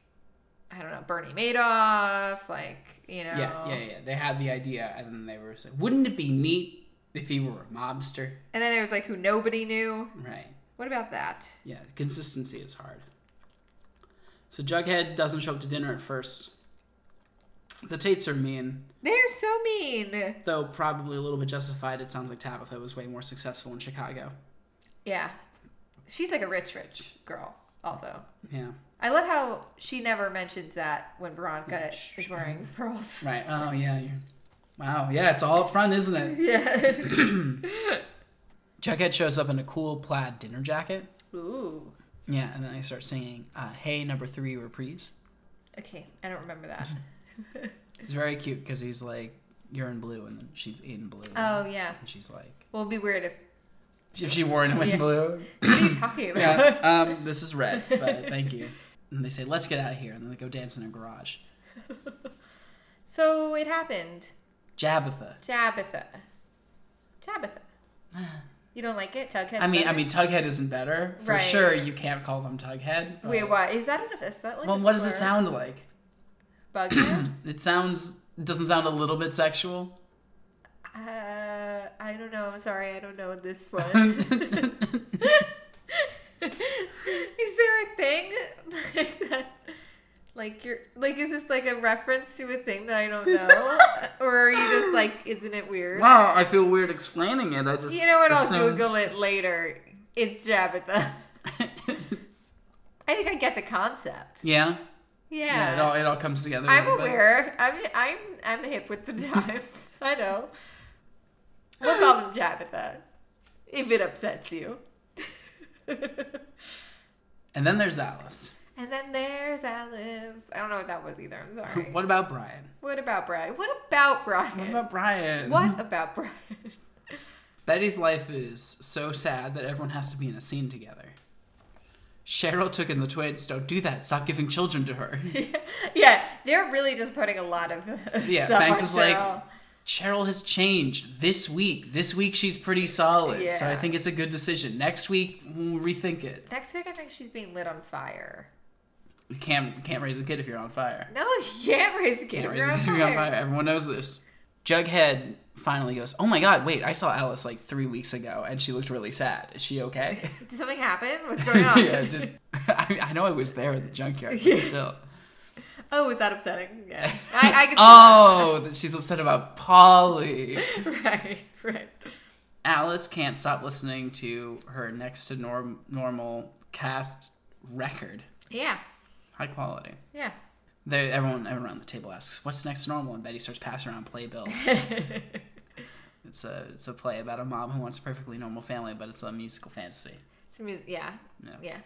Speaker 3: I don't know, Bernie Madoff, like you know,
Speaker 2: Yeah, yeah, yeah. They had the idea, and then they were saying, "Wouldn't it be neat if he were a mobster?"
Speaker 3: and then it was like who nobody knew.
Speaker 2: Right.
Speaker 3: What about that?
Speaker 2: Yeah. Consistency is hard. So Jughead doesn't show up to dinner at first. The Tates are mean,
Speaker 3: They're so mean.
Speaker 2: though probably a little bit justified. It sounds like Tabitha was way more successful in Chicago.
Speaker 3: Yeah, she's like a rich, rich girl. Also,
Speaker 2: Yeah.
Speaker 3: I love how she never mentions that when Veronica
Speaker 2: sh-
Speaker 3: is wearing (laughs) pearls.
Speaker 2: Right. Oh yeah. You're... Wow. Yeah. It's all up front, isn't it?
Speaker 3: Yeah.
Speaker 2: Jughead shows up in a cool plaid dinner jacket.
Speaker 3: Ooh.
Speaker 2: Yeah, and then I start singing uh, "Hey Number Three Reprise."
Speaker 3: Okay, I don't remember that.
Speaker 2: It's very cute because he's like, "You're in blue," and then she's in blue.
Speaker 3: Oh yeah.
Speaker 2: and she's like,
Speaker 3: Well, it'd be weird if.
Speaker 2: "If she wore it in
Speaker 3: Yeah.
Speaker 2: blue." (laughs) (coughs)
Speaker 3: What are you talking about?
Speaker 2: Yeah. Um, this is red, but thank you. And they say, "Let's get out of here," and then they go dance in a garage.
Speaker 3: So it happened.
Speaker 2: Jabitha.
Speaker 3: Jabitha.
Speaker 2: (sighs)
Speaker 3: Jabitha. You don't like it, Tughead?
Speaker 2: I mean, I mean, Tughead isn't better for
Speaker 3: Right.
Speaker 2: sure. You can't call them Tughead. but-
Speaker 3: Wait, what is that? An, is that like?
Speaker 2: uh, Well,
Speaker 3: a
Speaker 2: what does it
Speaker 3: slur?
Speaker 2: sound like? (coughs)
Speaker 3: Bughead.
Speaker 2: It sounds doesn't sound a little bit sexual.
Speaker 3: uh, I don't know. I'm sorry. I don't
Speaker 2: (laughs)
Speaker 3: know this one. (laughs) is there a thing (laughs) like that? Like you're like, is this like a reference to a thing that I
Speaker 2: (laughs)
Speaker 3: don't know, or are you just like, isn't it weird?
Speaker 2: Wow, I feel weird explaining it. I just
Speaker 3: You know what? I'll
Speaker 2: assumed-
Speaker 3: Google it later. It's Jabitha. (laughs) I think I get the
Speaker 2: (laughs)
Speaker 3: concept.
Speaker 2: yeah,
Speaker 3: Yeah.
Speaker 2: yeah. It all it all comes together. a
Speaker 3: I'm
Speaker 2: little bit.
Speaker 3: aware. I'm I'm I'm hip with the (laughs) times. I know. We'll call them Jabitha. If it upsets you. (laughs) and
Speaker 2: And then there's Alice.
Speaker 3: then there's Alice. I don't know what that was either. I'm sorry. (laughs) What,
Speaker 2: What about Brian?
Speaker 3: about Brian? What about Brian?
Speaker 2: What about Brian?
Speaker 3: (laughs) What about Brian? (laughs)
Speaker 2: Betty's life is so sad that everyone has to be in a scene together. Cheryl took in the twins. Don't do that. Stop giving children to
Speaker 3: (laughs)
Speaker 2: her.
Speaker 3: yeah, they're really just putting a lot of (laughs)
Speaker 2: Yeah,
Speaker 3: stuff
Speaker 2: Banks
Speaker 3: on
Speaker 2: is like,
Speaker 3: Cheryl.
Speaker 2: Cheryl has changed this week. This week she's pretty solid, so I
Speaker 3: Yeah.
Speaker 2: think it's a good decision. Next week we'll rethink it.
Speaker 3: Next week, I think she's being lit on fire.
Speaker 2: You can't can't raise a kid if you're on fire.
Speaker 3: No, (laughs) you can't raise a kid.
Speaker 2: Can't
Speaker 3: if
Speaker 2: raise
Speaker 3: you're
Speaker 2: a
Speaker 3: on
Speaker 2: kid if you're on
Speaker 3: fire.
Speaker 2: fire. Everyone knows this. Jughead finally goes, Oh my god, wait, I saw Alice like three weeks ago and she looked really sad. Is she okay?
Speaker 3: Did something happen? What's going on?
Speaker 2: (laughs) yeah, did, I, I know I was there in the junkyard,
Speaker 3: (laughs)
Speaker 2: but still.
Speaker 3: Oh, is that upsetting?
Speaker 2: (laughs)
Speaker 3: Yeah, I, I can.
Speaker 2: Oh, that she's upset about Polly.
Speaker 3: see that. (laughs) right, right.
Speaker 2: Alice can't stop listening to her next to norm, normal cast record.
Speaker 3: Yeah,
Speaker 2: High quality.
Speaker 3: yeah. (laughs)
Speaker 2: They, everyone, everyone around the table asks, "What's next to normal?" And Betty starts passing around playbills. it's a it's a play about a mom who wants a perfectly normal family, but it's a musical fantasy.
Speaker 3: Some music. Yeah,
Speaker 2: Yeah.
Speaker 3: yeah.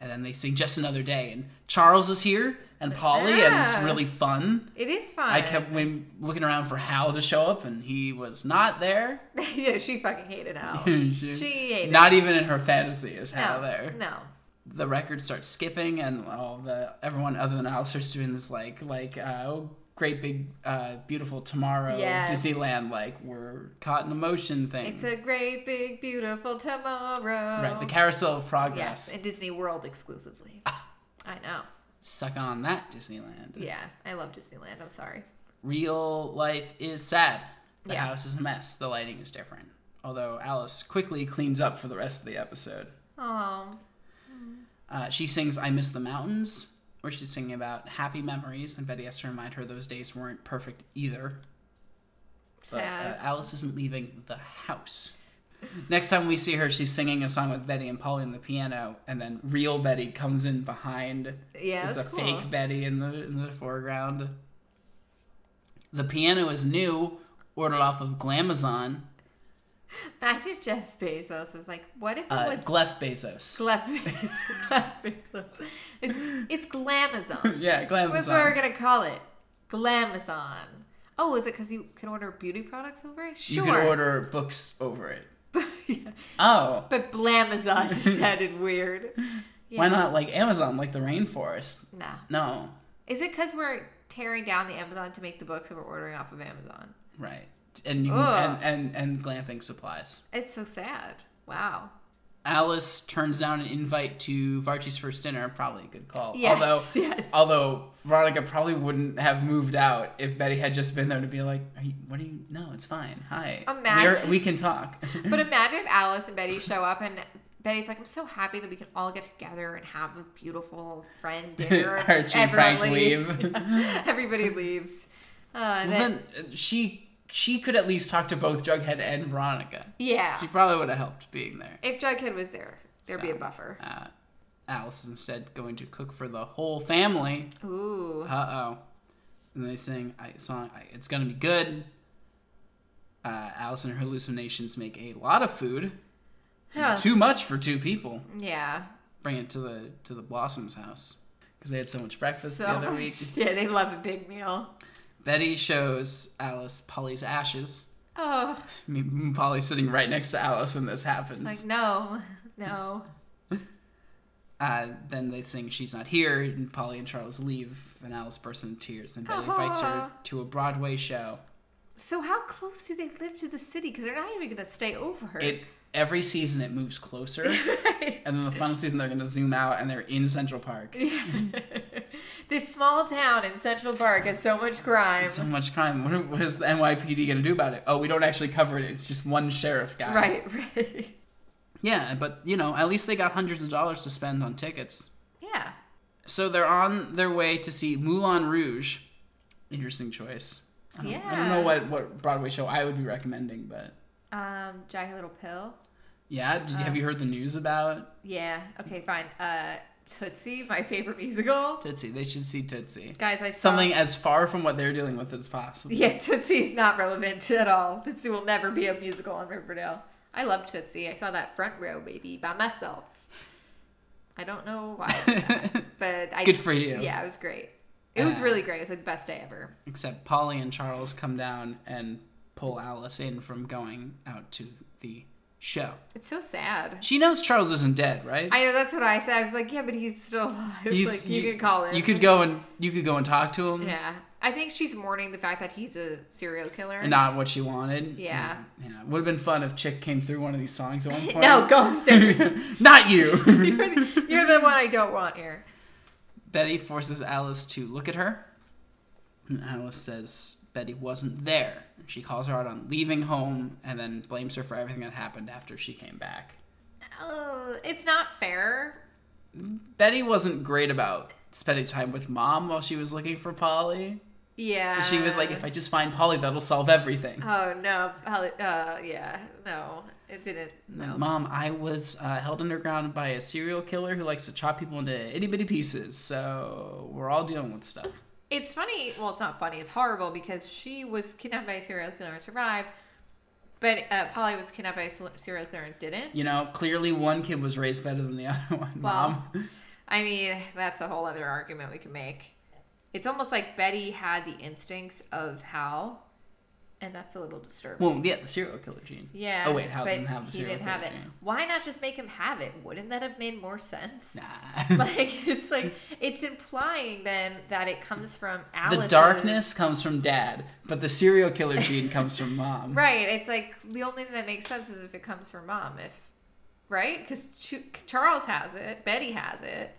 Speaker 2: and then they sing just another day and charles is here and polly and it's
Speaker 3: Yeah.
Speaker 2: really fun
Speaker 3: It is fun.
Speaker 2: i kept when looking around for hal to show up and he was not there
Speaker 3: (laughs) yeah, she fucking
Speaker 2: (laughs)
Speaker 3: hated Hal. Oh, She hated
Speaker 2: not even in her fantasy is hal
Speaker 3: no,
Speaker 2: there
Speaker 3: No.
Speaker 2: the record starts skipping and all the everyone other than Al starts doing this like like uh, oh, great big uh, beautiful tomorrow
Speaker 3: Yes.
Speaker 2: Disneyland like we're caught in emotion thing.
Speaker 3: It's a great big beautiful tomorrow.
Speaker 2: right, the Ah. carousel of progress.
Speaker 3: Yes, in Disney World exclusively. I know.
Speaker 2: Suck on that Disneyland.
Speaker 3: Yeah, I love Disneyland. I'm sorry.
Speaker 2: Real life is sad. The
Speaker 3: Yeah.
Speaker 2: house is a mess. The lighting is different. Although Alice quickly cleans up for the rest of the episode.
Speaker 3: Oh,
Speaker 2: Uh, she sings "I Miss the Mountains," where she's singing about happy memories, and Betty has to remind her those days weren't perfect either. But uh,
Speaker 3: sad.
Speaker 2: Alice isn't leaving the house. Next time we see her, she's singing a song with Betty and Polly on the piano, and then real Betty comes in behind.
Speaker 3: yeah,
Speaker 2: There's
Speaker 3: that's
Speaker 2: a
Speaker 3: cool.
Speaker 2: fake Betty in the in the foreground. The piano is new, ordered off of Glamazon.
Speaker 3: Imagine if Jeff Bezos was like, "What if it
Speaker 2: Uh,
Speaker 3: was
Speaker 2: Glef Bezos.
Speaker 3: Glef (laughs) Bezos?" Glef Bezos. It's it's
Speaker 2: (laughs)
Speaker 3: Glamazon.
Speaker 2: yeah, Glamazon.
Speaker 3: That's what we're gonna call it, Glamazon. Oh, is it because you can order beauty products over it?
Speaker 2: you
Speaker 3: Sure.
Speaker 2: can order books over it.
Speaker 3: (laughs) Yeah.
Speaker 2: Oh,
Speaker 3: But Blamazon just (laughs) sounded weird.
Speaker 2: why
Speaker 3: Yeah.
Speaker 2: not like Amazon, like the rainforest?
Speaker 3: No.
Speaker 2: No,
Speaker 3: Is it because we're tearing down the Amazon to make the books and we're ordering off of Amazon?
Speaker 2: right? And you can,
Speaker 3: Ugh.
Speaker 2: and, and and glamping supplies.
Speaker 3: It's so sad. Wow.
Speaker 2: (clears throat) Alice turns down an invite to Varchi's first dinner. Probably a good call.
Speaker 3: Yes.
Speaker 2: Although,
Speaker 3: yes.
Speaker 2: although Veronica probably wouldn't have moved out if Betty had just been there to be like, Are you, "What do you? No, it's fine. Hi,
Speaker 3: Imagine-
Speaker 2: we can
Speaker 3: (laughs)
Speaker 2: talk."
Speaker 3: But imagine Alice and Betty show up and Betty's like, I'm so happy that we can all get together and have a beautiful
Speaker 2: (laughs)
Speaker 3: friend dinner.
Speaker 2: Archie and
Speaker 3: Everyone
Speaker 2: Frank
Speaker 3: leaves. (laughs)
Speaker 2: leave.
Speaker 3: Everybody leaves. Uh, and then,
Speaker 2: then uh, she she could at least talk to both Jughead and Veronica.
Speaker 3: yeah.
Speaker 2: She probably would have helped being there.
Speaker 3: If Jughead was there, there'd be a
Speaker 2: So.
Speaker 3: buffer.
Speaker 2: Uh, Alice is instead going to cook for the whole family.
Speaker 3: Ooh.
Speaker 2: Uh oh. And they sing I song I, It's Gonna Be Good. Uh, Alice and her hallucinations make a lot of food.
Speaker 3: Huh.
Speaker 2: Too much for two people.
Speaker 3: Yeah.
Speaker 2: Bring it to the to the Blossom's house. Because they had so much breakfast
Speaker 3: So
Speaker 2: the other
Speaker 3: (laughs) much-
Speaker 2: week.
Speaker 3: Yeah, they love a big meal.
Speaker 2: Betty shows Alice Polly's ashes. (laughs)
Speaker 3: Oh,
Speaker 2: I mean, Polly's sitting right next to Alice when this happens.
Speaker 3: like, no, no.
Speaker 2: Uh, then they sing She's Not Here, and Polly and Charles leave, and Alice bursts into tears, and Betty invites her
Speaker 3: Aw.
Speaker 2: to a Broadway show.
Speaker 3: So how close do they live to the city? Because they're not even going to stay over.
Speaker 2: It every season it moves closer, and then the final season they're gonna zoom out and they're in Central
Speaker 3: (laughs)
Speaker 2: Park.
Speaker 3: (laughs) this small town in Central Park has so much crime.
Speaker 2: So much crime. What, what is the NYPD gonna do about it? Oh, we don't actually cover it. It's just one sheriff guy.
Speaker 3: Right, right. (laughs)
Speaker 2: Yeah, but you know, at least they got hundreds of dollars to spend on tickets.
Speaker 3: Yeah.
Speaker 2: So they're on their way to see Moulin Rouge. Interesting choice. I don't, I don't know
Speaker 3: Yeah.
Speaker 2: what what Broadway show I would be recommending, but
Speaker 3: Um, Jagged Little Pill.
Speaker 2: yeah. Did, have
Speaker 3: Um,
Speaker 2: you heard the news about
Speaker 3: Yeah. Okay, fine. Uh, Tootsie, my favorite musical.
Speaker 2: Tootsie? They should see Tootsie.
Speaker 3: Guys, um, I saw
Speaker 2: Something as far from what they're dealing with as possible.
Speaker 3: Yeah, Tootsie is not relevant at all. Tootsie will never be a musical on Riverdale. I love Tootsie. I saw that front row baby by myself. I don't know why,
Speaker 2: (laughs)
Speaker 3: but I
Speaker 2: Good for you.
Speaker 3: Yeah, it was great. It was
Speaker 2: Uh,
Speaker 3: really great. It was like the best day ever.
Speaker 2: Except Polly and Charles come down and pull Alice in from going out to the show.
Speaker 3: It's so sad.
Speaker 2: She knows Charles isn't dead, right?
Speaker 3: I know that's what I said. I was like, yeah, but he's still alive.
Speaker 2: He's-
Speaker 3: like you, can call him.
Speaker 2: You could go and you could go and talk to him.
Speaker 3: Yeah, I think she's mourning the fact that he's a serial killer.
Speaker 2: And not what she wanted.
Speaker 3: Yeah.
Speaker 2: Yeah. Would have been fun if Chick came through one of these songs
Speaker 3: (laughs)
Speaker 2: at one point.
Speaker 3: no, go
Speaker 2: (laughs)
Speaker 3: upstairs. (laughs)
Speaker 2: Not you.
Speaker 3: you're, the, you're the one I don't want here.
Speaker 2: (laughs) Betty forces Alice to look at her. And Alice says Betty wasn't there. She calls her out on leaving home and then blames her for everything that happened after she came back.
Speaker 3: Oh, it's not fair.
Speaker 2: Betty wasn't great about spending time with mom while she was looking for Polly.
Speaker 3: Yeah.
Speaker 2: She was like, if I just find Polly, that'll solve everything.
Speaker 3: Oh no! Probably, uh, yeah, no, it didn't. No.
Speaker 2: Mom, I was uh, held underground by a serial killer who likes to chop people into itty bitty pieces, so we're all dealing with stuff.
Speaker 3: It's funny. Well, it's not funny. It's horrible because she was kidnapped by a serial killer and survived, but uh, Polly was kidnapped by a ser- serial killer and didn't.
Speaker 2: You know, clearly one kid was raised better than the (laughs) other one.
Speaker 3: Well,
Speaker 2: Mom,
Speaker 3: I mean, that's a whole other argument we can make. It's almost like Betty had the instincts of Hal, and that's a little disturbing.
Speaker 2: Well, yeah, the serial killer gene.
Speaker 3: yeah.
Speaker 2: Oh wait, Hal
Speaker 3: but
Speaker 2: didn't have the
Speaker 3: He
Speaker 2: serial
Speaker 3: didn't have
Speaker 2: killer
Speaker 3: it. (laughs)
Speaker 2: gene.
Speaker 3: Why not just make him have it? Wouldn't that have made more sense?
Speaker 2: Nah.
Speaker 3: (laughs) Like it's like it's implying then that it comes from Alice.
Speaker 2: (laughs) the darkness comes from dad, but the serial killer gene comes from mom.
Speaker 3: (laughs) Right. It's like the only thing that makes sense is if it comes from mom. If right, because Charles has it, Betty has it.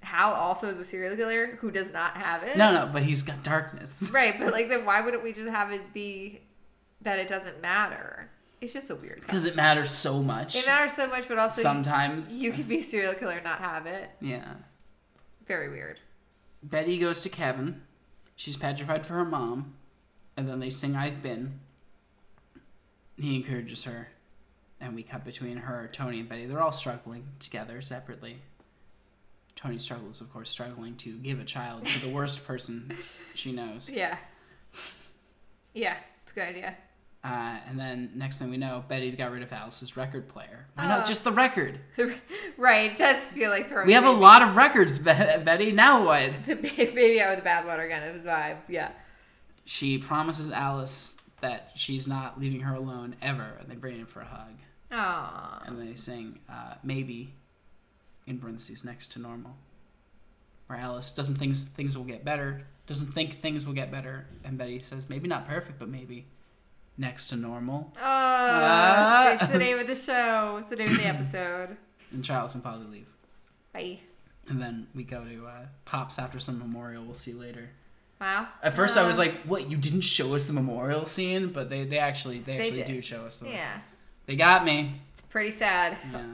Speaker 3: Hal also is a serial killer who does not have it.
Speaker 2: No, no, but he's got darkness.
Speaker 3: Right, but like then why wouldn't we just have it be that it doesn't matter? It's just a weird.
Speaker 2: Because it matters so much.
Speaker 3: It matters so much, but also
Speaker 2: Sometimes.
Speaker 3: you, you can be a serial killer and not have it.
Speaker 2: Yeah.
Speaker 3: Very weird.
Speaker 2: Betty goes to Kevin. She's petrified for her mom. And then they sing I've Been. He encourages her. And we cut between her, Tony, and Betty. They're all struggling together separately. Tony struggles, of course, struggling to give a child to
Speaker 3: (laughs)
Speaker 2: the worst person she knows.
Speaker 3: Yeah. Yeah, it's a good idea. (laughs)
Speaker 2: Uh, and then next thing we know, Betty got rid of Alice's record player. Why
Speaker 3: Uh,
Speaker 2: not just the record?
Speaker 3: right, it does feel like throwing.
Speaker 2: We have a
Speaker 3: baby-
Speaker 2: lot of records, Be- Betty. Now what?
Speaker 3: the ba- (laughs) baby out with the bathwater kind of vibe. Yeah.
Speaker 2: She promises Alice that she's not leaving her alone ever, and they bring in for a hug.
Speaker 3: Aww.
Speaker 2: And they sing uh, "Maybe," in parentheses, next to normal. Where Alice doesn't think things will get better, doesn't think things will get better, and Betty says, "Maybe not perfect, but maybe next to normal."
Speaker 3: Oh,
Speaker 2: Ah.
Speaker 3: it's the name of the show. It's the name of the episode.
Speaker 2: And Charles and Polly leave.
Speaker 3: Bye.
Speaker 2: And then we go to uh, Pops after some memorial we'll see later.
Speaker 3: Wow.
Speaker 2: At first, I was
Speaker 3: Uh,
Speaker 2: like, "What? You didn't show us the memorial scene?" But they, they actually they
Speaker 3: They
Speaker 2: actually
Speaker 3: did.
Speaker 2: do show us the.
Speaker 3: yeah,
Speaker 2: They got me.
Speaker 3: it's pretty sad.
Speaker 2: Yeah.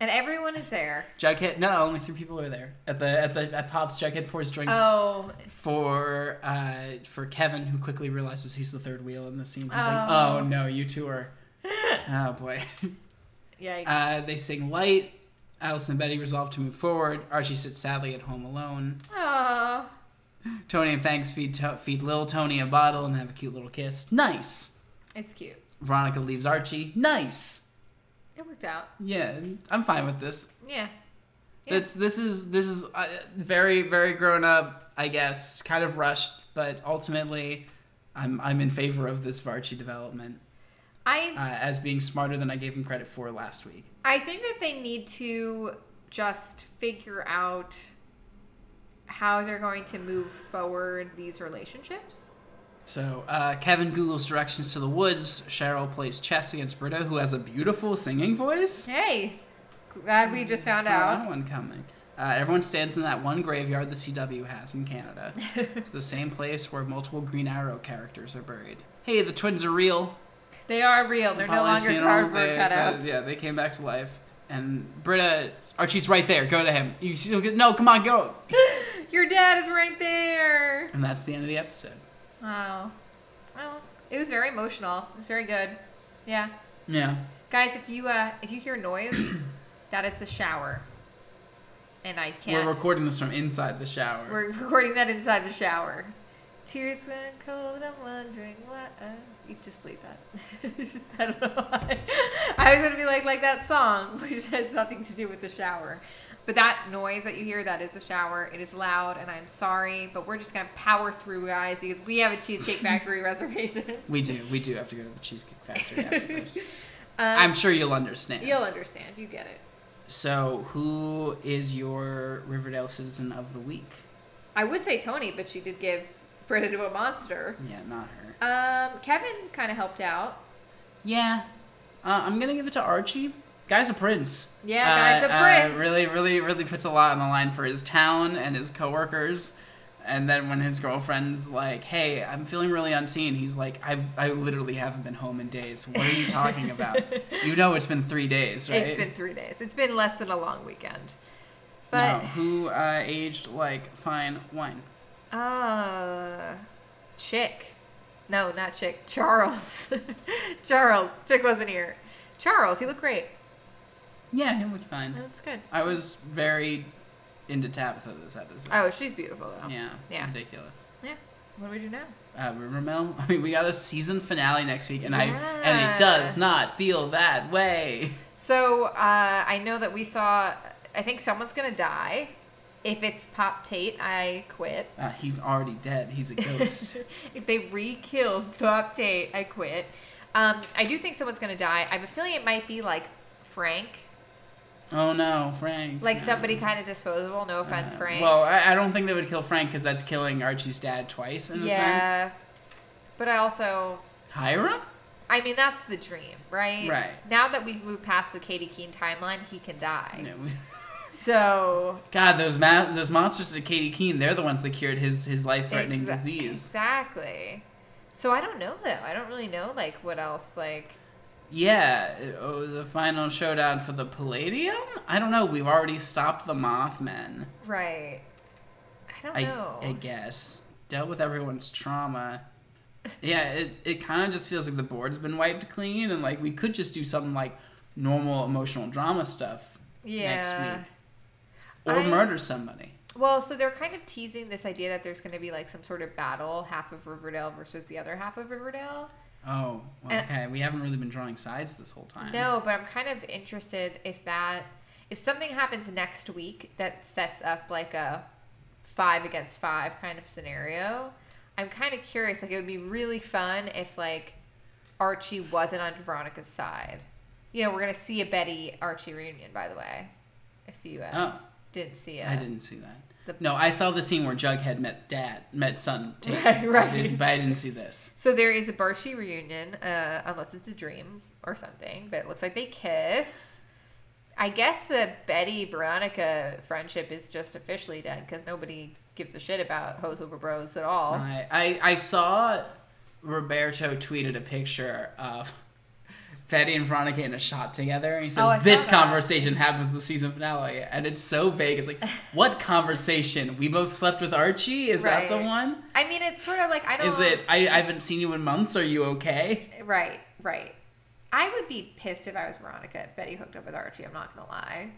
Speaker 3: And everyone is there.
Speaker 2: Jughead. No, only three people are there at the at the at Pops. Jughead pours drinks
Speaker 3: Oh,
Speaker 2: for uh for Kevin, who quickly realizes he's the third wheel in the scene. He's like,
Speaker 3: Oh.
Speaker 2: "Oh no, you two are." oh boy.
Speaker 3: yikes.
Speaker 2: Uh, they sing light. Alice and Betty resolve to move forward. Archie sits sadly at home alone.
Speaker 3: oh,
Speaker 2: Tony and Fangs feed to- feed little Tony a bottle and have a cute little kiss. Nice.
Speaker 3: it's cute.
Speaker 2: Veronica leaves Archie. Nice.
Speaker 3: It worked out.
Speaker 2: Yeah, I'm fine with this.
Speaker 3: Yeah. Yeah.
Speaker 2: This this is this is uh, very very grown up, I guess, kind of rushed, but ultimately, I'm I'm in favor of this Varchi development uh,
Speaker 3: I
Speaker 2: as being smarter than I gave him credit for last week.
Speaker 3: I think that they need to just figure out how they're going to move forward these relationships.
Speaker 2: So uh, Kevin googles directions to the woods. Cheryl plays chess against Britta, who has a beautiful singing voice.
Speaker 3: Hey, glad we just found
Speaker 2: Saw
Speaker 3: out.
Speaker 2: that one coming. Uh, everyone stands in that one graveyard the CW has in Canada. it's the same place where multiple Green Arrow characters are buried. Hey, the twins are real.
Speaker 3: They are real. They're no
Speaker 2: Polly's
Speaker 3: longer
Speaker 2: funeral,
Speaker 3: cardboard
Speaker 2: they-
Speaker 3: cutouts.
Speaker 2: Yeah, they came back to life. And Britta, Archie's right there. Go to him. You still get no. Come on, go.
Speaker 3: Your dad is right there.
Speaker 2: And that's the end of the episode.
Speaker 3: Wow. Well, it was very emotional. It was very good. Yeah,
Speaker 2: Yeah.
Speaker 3: guys, if you uh, if you hear noise, (coughs) that is the shower. And I can't.
Speaker 2: We're recording this from inside the shower.
Speaker 3: We're recording that inside the shower. Tears went cold. I'm wondering why. Uh, you just leave that. (laughs) It's just, I don't know why. I was gonna be like like that song, (laughs) which has nothing to do with the shower. But that noise that you hear, that is the shower. It is loud, and I'm sorry, but we're just gonna power through, guys, because we have a Cheesecake Factory (laughs) reservation.
Speaker 2: we do. We do have to go to the Cheesecake Factory
Speaker 3: (laughs)
Speaker 2: after this.
Speaker 3: Um,
Speaker 2: I'm sure you'll understand.
Speaker 3: you'll understand. You get it.
Speaker 2: so, who is your Riverdale Citizen of the Week?
Speaker 3: I would say Tony, but she did give Britta to a monster.
Speaker 2: Yeah, not her.
Speaker 3: Um, Kevin kind of helped out.
Speaker 2: Yeah. Uh, I'm going to give it to Archie. Guy's a prince.
Speaker 3: Yeah,
Speaker 2: Uh,
Speaker 3: guy's a
Speaker 2: uh,
Speaker 3: prince.
Speaker 2: really, really, really puts a lot on the line for his town and his coworkers. And then when his girlfriend's like, hey, I'm feeling really unseen, he's like, I, I literally haven't been home in days. What are you talking
Speaker 3: (laughs)
Speaker 2: about? you know it's been three days, right?
Speaker 3: It's been three days. It's been less than a long weekend.
Speaker 2: No,
Speaker 3: But
Speaker 2: who uh, aged like fine wine?
Speaker 3: uh Chick. No, not Chick. (laughs) Charles. Charles. Chick wasn't here. Charles, he looked great.
Speaker 2: Yeah, he looked fine.
Speaker 3: That's good.
Speaker 2: I was very into Tabitha this episode.
Speaker 3: Oh, she's beautiful though.
Speaker 2: yeah.
Speaker 3: Yeah.
Speaker 2: Ridiculous.
Speaker 3: Yeah. What do we do now?
Speaker 2: uh, rumor mill. (laughs) I mean, we got a season finale next week, and I and
Speaker 3: Yeah.
Speaker 2: it does not feel that way.
Speaker 3: So uh, I know that we saw I think someone's gonna die. If it's Pop Tate, I quit.
Speaker 2: Uh, he's already dead. He's a
Speaker 3: (laughs)
Speaker 2: ghost.
Speaker 3: if they re-kill Pop Tate, I quit. Um, I do think someone's gonna die. I have a feeling it might be like Frank,
Speaker 2: oh no, Frank.
Speaker 3: like
Speaker 2: no.
Speaker 3: somebody kind of disposable. No
Speaker 2: Uh,
Speaker 3: offense, Frank.
Speaker 2: Mm. Well, I, I don't think they would kill Frank because that's killing Archie's dad twice in a sense.
Speaker 3: yeah, but I also
Speaker 2: Hiram?
Speaker 3: I mean, that's the dream, right?
Speaker 2: Right.
Speaker 3: Now that we've moved past the Katie Keene timeline, he can die.
Speaker 2: No. we- (laughs)
Speaker 3: So
Speaker 2: God, those ma- those monsters to Katie Keene, they're the ones that cured his his life threatening
Speaker 3: exa-
Speaker 2: disease.
Speaker 3: Exactly. So I don't know though. I don't really know like what else like
Speaker 2: Yeah, it- oh, the final showdown for the Palladium? I don't know. We've already stopped the Mothmen.
Speaker 3: right. I don't
Speaker 2: I,
Speaker 3: know.
Speaker 2: I guess. Dealt with everyone's trauma. Yeah, it, it kind of just feels like the board's been wiped clean and like we could just do some like normal emotional drama stuff next
Speaker 3: Yeah.
Speaker 2: week. Or
Speaker 3: I-
Speaker 2: murder somebody.
Speaker 3: Well, so they're kind of teasing this idea that there's going to be like some sort of battle, half of Riverdale versus the other half of Riverdale.
Speaker 2: Oh, well,
Speaker 3: And-
Speaker 2: okay. We haven't really been drawing sides this whole time.
Speaker 3: Eh. No, but I'm kind of interested if that if something happens next week that sets up like a five against five kind of scenario. I'm kind of curious. Like it would be really fun if like Archie wasn't on Veronica's side. You know, we're gonna see a Betty Archie reunion, by the way. If you uh,
Speaker 2: Oh,
Speaker 3: didn't see it,
Speaker 2: I didn't see that.
Speaker 3: The-
Speaker 2: no, I saw the scene where Jughead met dad, met son. Tate.
Speaker 3: Right,
Speaker 2: I
Speaker 3: (laughs) right.
Speaker 2: didn't- but I didn't see this.
Speaker 3: So there is a Barchi reunion, uh, unless it's a dream or something, but it looks like they kiss. I guess the Betty Veronica friendship is just officially dead because nobody gives a shit about Hose Over Bros at all.
Speaker 2: I, I I saw Roberto tweeted a picture of (laughs) Betty and Veronica in a shot together, and he says,
Speaker 3: Oh, I saw
Speaker 2: "This
Speaker 3: that.
Speaker 2: conversation happens the season finale," and it's so vague. It's like,
Speaker 3: (laughs)
Speaker 2: what conversation? We both slept with Archie. Is that the
Speaker 3: Right. Oh.
Speaker 2: one?
Speaker 3: I mean, it's sort of like I don't.
Speaker 2: Is it? I, I haven't seen you in months. Are you okay?
Speaker 3: right? Right. I would be pissed if I was Veronica if Betty hooked up with Archie. I'm not gonna lie.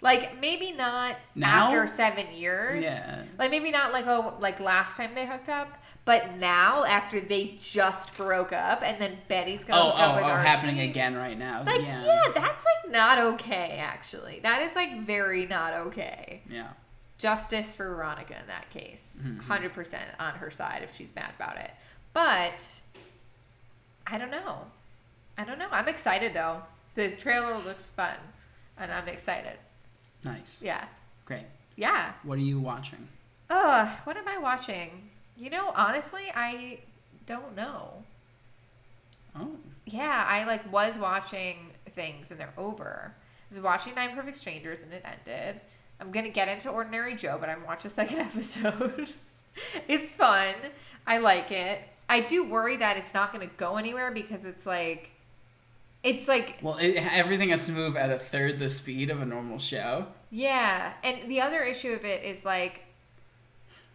Speaker 3: Like maybe not
Speaker 2: Now?
Speaker 3: after seven years.
Speaker 2: Yeah.
Speaker 3: Like maybe not like oh like last time they hooked up, but now after they just broke up and then Betty's gonna
Speaker 2: Oh,
Speaker 3: hook up
Speaker 2: oh,
Speaker 3: with
Speaker 2: oh!
Speaker 3: Archie.
Speaker 2: Happening again right now.
Speaker 3: Like
Speaker 2: yeah.
Speaker 3: yeah. that's like not okay actually. That is like very not okay.
Speaker 2: Yeah.
Speaker 3: Justice for Veronica in that case. 100% on her side if she's mad about it. But I don't know. I don't know. I'm excited though. The trailer looks fun and I'm excited.
Speaker 2: Nice.
Speaker 3: Yeah.
Speaker 2: Great.
Speaker 3: Yeah.
Speaker 2: What are you watching?
Speaker 3: Ugh, what am I watching? You know, honestly, I don't know.
Speaker 2: Oh,
Speaker 3: Yeah, I like was watching things and they're over. I was watching Nine Perfect Strangers and it ended. I'm gonna get into Ordinary Joe, but I'm watching the second (laughs) episode. it's fun. I like it. I do worry that it's not gonna go anywhere because it's like, it's like
Speaker 2: well, it, everything has to move at a third the speed of a normal show.
Speaker 3: Yeah, and the other issue of it is like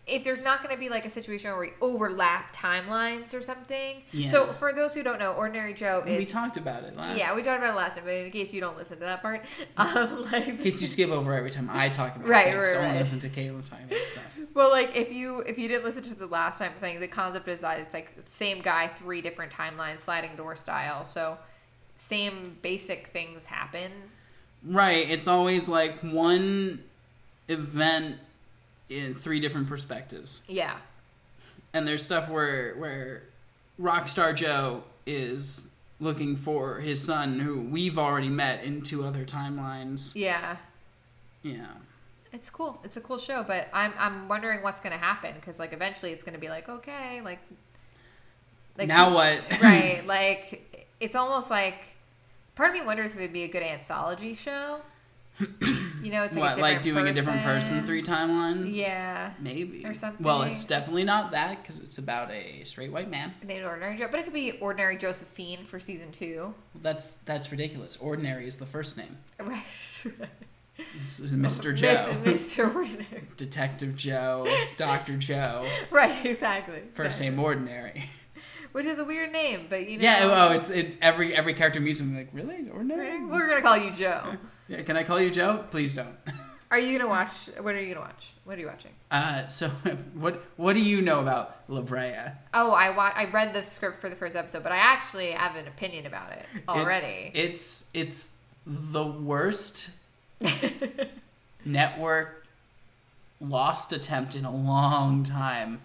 Speaker 3: if there's not going to be like a situation where we overlap timelines or something.
Speaker 2: Yeah.
Speaker 3: So for those who don't know, Ordinary Joe is
Speaker 2: we talked about it last.
Speaker 3: yeah we talked about it last time, but in case you don't listen to that part, (laughs) um, like
Speaker 2: In case you skip over every time I talk about
Speaker 3: Right,
Speaker 2: things,
Speaker 3: right,
Speaker 2: so I want
Speaker 3: right.
Speaker 2: to listen to Caleb talking about stuff.
Speaker 3: well like if you if you didn't listen to the last time thing, the concept is that it's like same guy, three different timelines, sliding door style. So same basic things happen.
Speaker 2: Right, it's always like one event in three different perspectives,
Speaker 3: Yeah.
Speaker 2: and there's stuff where where Rockstar Joe is looking for his son, who we've already met in two other timelines.
Speaker 3: Yeah.
Speaker 2: Yeah,
Speaker 3: It's cool. It's a cool show, but I'm I'm wondering what's gonna happen because like eventually it's gonna be like okay, like
Speaker 2: now what?
Speaker 3: (laughs) right? Like it's almost like part of me wonders if it'd be a good anthology show. You know, it's like,
Speaker 2: what
Speaker 3: a
Speaker 2: like doing a different person three timelines?
Speaker 3: Yeah,
Speaker 2: maybe
Speaker 3: Or something.
Speaker 2: Well, it's definitely not that because it's about a straight white man.
Speaker 3: named ordinary Joe, but it could be ordinary Josephine for season two. (laughs)
Speaker 2: That's that's ridiculous. Ordinary is the first name.
Speaker 3: Right,
Speaker 2: This is Mr. Joe,
Speaker 3: Mr. Ordinary. (laughs)
Speaker 2: Detective Joe, Doctor Joe,
Speaker 3: Right, exactly.
Speaker 2: first name Ordinary.
Speaker 3: which is a weird name, but you
Speaker 2: (laughs)
Speaker 3: know,
Speaker 2: Yeah. Oh, it's it, every every character meets him. Like really, Ordinary?
Speaker 3: we're gonna call you Joe.
Speaker 2: Yeah, can I call you Joe? Please don't. (laughs)
Speaker 3: Are you gonna watch? What are you gonna watch? What are you watching?
Speaker 2: Uh, so (laughs) what what do you know about La Brea?
Speaker 3: Oh, I wa- I read the script for the first episode, but I actually have an opinion about it already.
Speaker 2: It's it's, it's the worst network lost attempt in a long time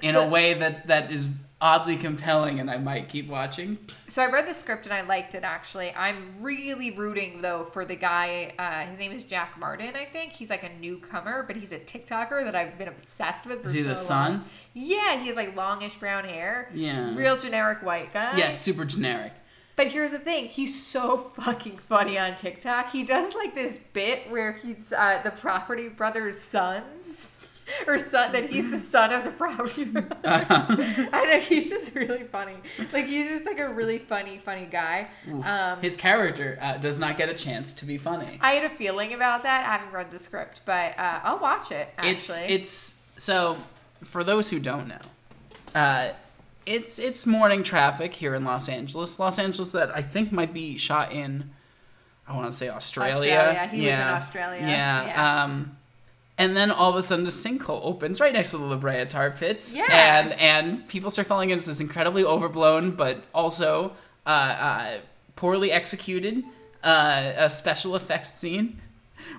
Speaker 2: in
Speaker 3: So-
Speaker 2: a way that that is oddly compelling and I might keep watching.
Speaker 3: (laughs) So I read the script and I liked it actually. I'm really rooting though for the guy. Uh, his name is Jack Martin, I think. He's like a newcomer, but he's a TikToker that I've been obsessed with. For
Speaker 2: Is he
Speaker 3: so
Speaker 2: the
Speaker 3: long.
Speaker 2: son?
Speaker 3: Yeah, he has like longish brown hair.
Speaker 2: Yeah.
Speaker 3: Real generic white guy.
Speaker 2: Yeah, super
Speaker 3: (laughs)
Speaker 2: generic. (laughs)
Speaker 3: But here's the thing, he's so fucking funny on TikTok. He does like this bit where he's uh, the property brother's sons, or son that he's the son of the
Speaker 2: (laughs)
Speaker 3: property brother.
Speaker 2: Uh,
Speaker 3: (laughs) I know he's just really funny. Like he's just like a really funny, funny guy. Um,
Speaker 2: His character uh, does not get a chance to be funny.
Speaker 3: I had a feeling about that. I haven't read the script, but uh, I'll watch it. Actually,
Speaker 2: It's it's so for those who don't know, uh, it's it's morning traffic here in Los Angeles. Los Angeles that I think might be shot in, I want to say Australia.
Speaker 3: Australia. He was in Australia.
Speaker 2: Yeah.
Speaker 3: Yeah.
Speaker 2: Um, and then all of a sudden, a sinkhole opens right next to the La Brea tar pits.
Speaker 3: Yeah.
Speaker 2: And and people start falling into this incredibly overblown, but also uh, uh, poorly executed uh, a special effects scene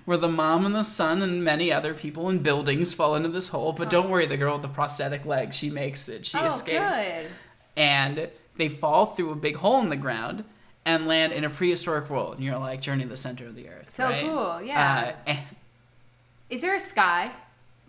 Speaker 2: where the mom and the son and many other people and buildings fall into this hole. But don't worry, the girl with the prosthetic leg, she makes it. She
Speaker 3: oh,
Speaker 2: escapes.
Speaker 3: good.
Speaker 2: And they fall through a big hole in the ground and land in a prehistoric world. And you're like, Journey to the Center of the Earth.
Speaker 3: So
Speaker 2: right?
Speaker 3: cool, yeah.
Speaker 2: Uh, and
Speaker 3: Is there a sky?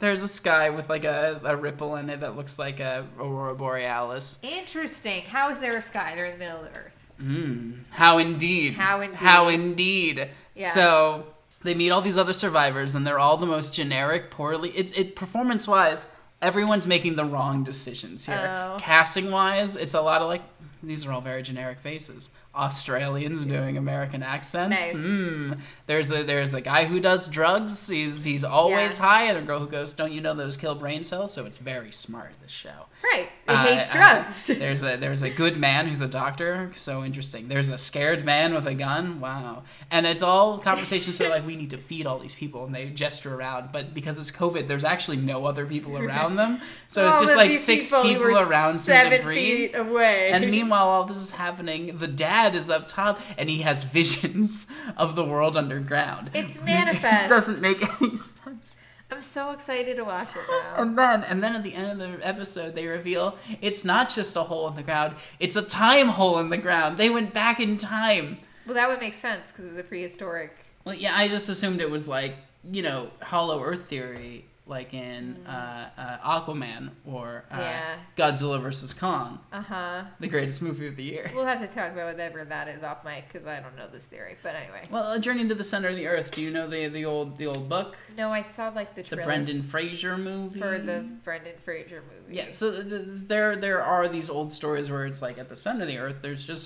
Speaker 2: there's a sky with like a, a ripple in it that looks like a aurora borealis.
Speaker 3: Interesting. How is there a sky? They're in the middle of the earth.
Speaker 2: Mm. How indeed.
Speaker 3: How indeed.
Speaker 2: How indeed.
Speaker 3: Yeah.
Speaker 2: So they meet all these other survivors, and they're all the most generic, poorly. It, it performance wise, everyone's making the wrong decisions here.
Speaker 3: Oh.
Speaker 2: Casting wise, it's a lot of like these are all very generic faces. Australians doing American accents.
Speaker 3: Nice.
Speaker 2: Mm. There's a there's a guy who does drugs. He's he's always
Speaker 3: Yeah.
Speaker 2: high, and a girl who goes, "Don't you know those kill brain cells?" So it's very smart. This show.
Speaker 3: Right. It
Speaker 2: Uh,
Speaker 3: hates
Speaker 2: uh,
Speaker 3: drugs. (laughs)
Speaker 2: there's a there's a good man who's a doctor. So interesting. There's a scared man with a gun. Wow. And it's all conversations that are like we need to feed all these people, and they gesture around. But because it's COVID, there's actually no other
Speaker 3: (laughs)
Speaker 2: people around them. So it's
Speaker 3: All
Speaker 2: just
Speaker 3: of
Speaker 2: like
Speaker 3: Oh, these
Speaker 2: six
Speaker 3: who
Speaker 2: people
Speaker 3: were
Speaker 2: around some
Speaker 3: seven
Speaker 2: debris.
Speaker 3: feet away.
Speaker 2: And meanwhile, all this is happening. The dad is up top, and he has (laughs) visions of the world underground.
Speaker 3: it's
Speaker 2: It (laughs)
Speaker 3: manifest.
Speaker 2: doesn't make any sense.
Speaker 3: I'm so excited to watch it
Speaker 2: (laughs)
Speaker 3: now.
Speaker 2: And then, and then at the end of the episode, they reveal it's not just a hole in the ground; it's a time hole in the ground. They went back in time.
Speaker 3: well, that would make sense because it was a prehistoric.
Speaker 2: Well, yeah, I just assumed it was like you know Hollow Earth theory, like in uh, uh, Aquaman or uh,
Speaker 3: Mm. Yeah.
Speaker 2: Godzilla versus Kong,
Speaker 3: Uh huh.
Speaker 2: the greatest movie of the year.
Speaker 3: We'll have to talk about whatever that is off mic because I don't know this theory. But anyway,
Speaker 2: Well, A Journey to the Center of the Earth. Do you know the the old the old book,
Speaker 3: no, I saw like the
Speaker 2: the
Speaker 3: trailer
Speaker 2: Brendan Fraser movie
Speaker 3: for the Brendan Fraser movie.
Speaker 2: Yeah, so th- th- there there are these old stories where it's like at the center of the earth, there's just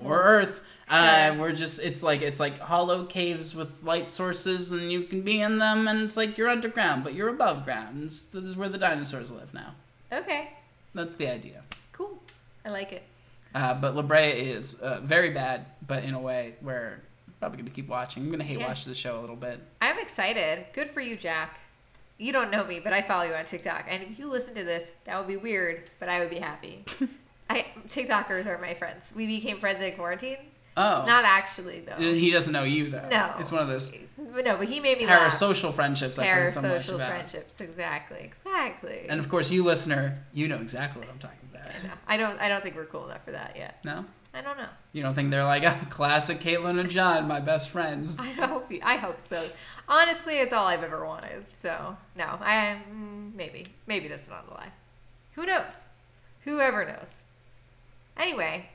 Speaker 2: more earth. Uh,
Speaker 3: Sure.
Speaker 2: we're just it's like it's like hollow caves with light sources, and you can be in them, and it's like you're underground, but you're above ground. It's, this is where the dinosaurs live now.
Speaker 3: Okay.
Speaker 2: That's the idea.
Speaker 3: Cool. I like it.
Speaker 2: Uh, but La Brea is uh, very bad, but in a way where I'm probably gonna keep watching. I'm gonna hate
Speaker 3: Yeah.
Speaker 2: watch the show a little bit.
Speaker 3: I'm excited. Good for you, Jack. You don't know me, but I follow you on TikTok. And if you listen to this, that would be weird, but I would
Speaker 2: (laughs)
Speaker 3: be happy. I TikTokers are my friends. We became friends in quarantine.
Speaker 2: Oh,
Speaker 3: Not actually though.
Speaker 2: he doesn't know you though.
Speaker 3: No.
Speaker 2: it's one of those
Speaker 3: No, but he made me laugh.
Speaker 2: parasocial friendships I've heard so much
Speaker 3: Parasocial
Speaker 2: about.
Speaker 3: friendships, exactly, exactly.
Speaker 2: And of course, you listener, you know exactly what I'm talking about.
Speaker 3: No, I don't. I don't think we're cool enough for that yet.
Speaker 2: No?
Speaker 3: I don't know.
Speaker 2: You don't think they're like, (laughs) ah, classic Caitlin and John, my best friends.
Speaker 3: (laughs) I hope. You, I hope so. Honestly, it's all I've ever wanted. So no, I mm, maybe maybe that's not a lie. Who knows? Whoever knows. Anyway,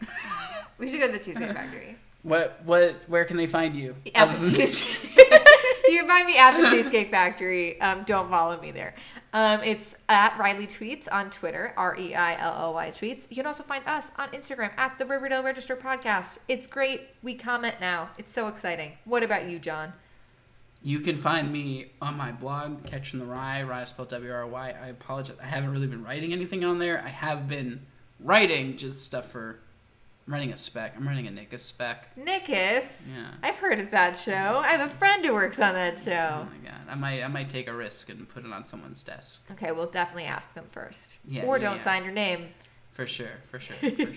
Speaker 3: we should go to the Cheesecake Factory.
Speaker 2: What, what, where can they find you?
Speaker 3: At
Speaker 2: Other
Speaker 3: the
Speaker 2: than-
Speaker 3: Cheesecake. (laughs) you can find me at the Cheesecake Factory. Um, don't follow me there. Um, it's at Riley Tweets on Twitter, R E I L L Y Tweets. You can also find us on Instagram at the Riverdale Register Podcast. It's great. We comment now. It's so exciting. What about you, John?
Speaker 2: You can find me on my blog, Catching the Rye, Rye spelled W R Y. I apologize. I haven't really been writing anything on there. I have been writing just stuff for. I'm running a spec. I'm running a Nika spec.
Speaker 3: Nickus.
Speaker 2: Yeah.
Speaker 3: I've heard of that show. I have a friend who works on that
Speaker 2: Oh
Speaker 3: show.
Speaker 2: my god. I might, I might take a risk and put it on someone's desk.
Speaker 3: Okay, we'll definitely ask them first.
Speaker 2: Yeah,
Speaker 3: or
Speaker 2: yeah,
Speaker 3: don't
Speaker 2: yeah.
Speaker 3: sign your name. (laughs)
Speaker 2: For sure, for sure, for sure.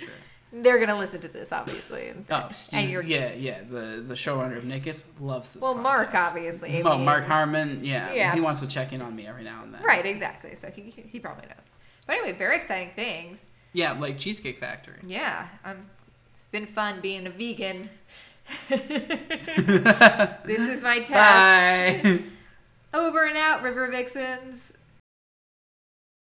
Speaker 3: They're gonna listen to this, obviously. And
Speaker 2: Oh, Steve.
Speaker 3: you're-
Speaker 2: yeah, yeah. The the showrunner of Nickus loves this.
Speaker 3: well, Mark
Speaker 2: podcast.
Speaker 3: obviously. I
Speaker 2: Oh,
Speaker 3: mean-
Speaker 2: Mark Harmon. Yeah,
Speaker 3: Yeah.
Speaker 2: He wants to check in on me every now and then.
Speaker 3: Right, exactly. So he he probably knows. But anyway, very exciting things.
Speaker 2: Yeah, like Cheesecake Factory.
Speaker 3: Yeah, um, it's been fun being a vegan. (laughs)
Speaker 2: (laughs)
Speaker 3: this is my test.
Speaker 2: Bye. (laughs)
Speaker 3: Over and out, River Vixens.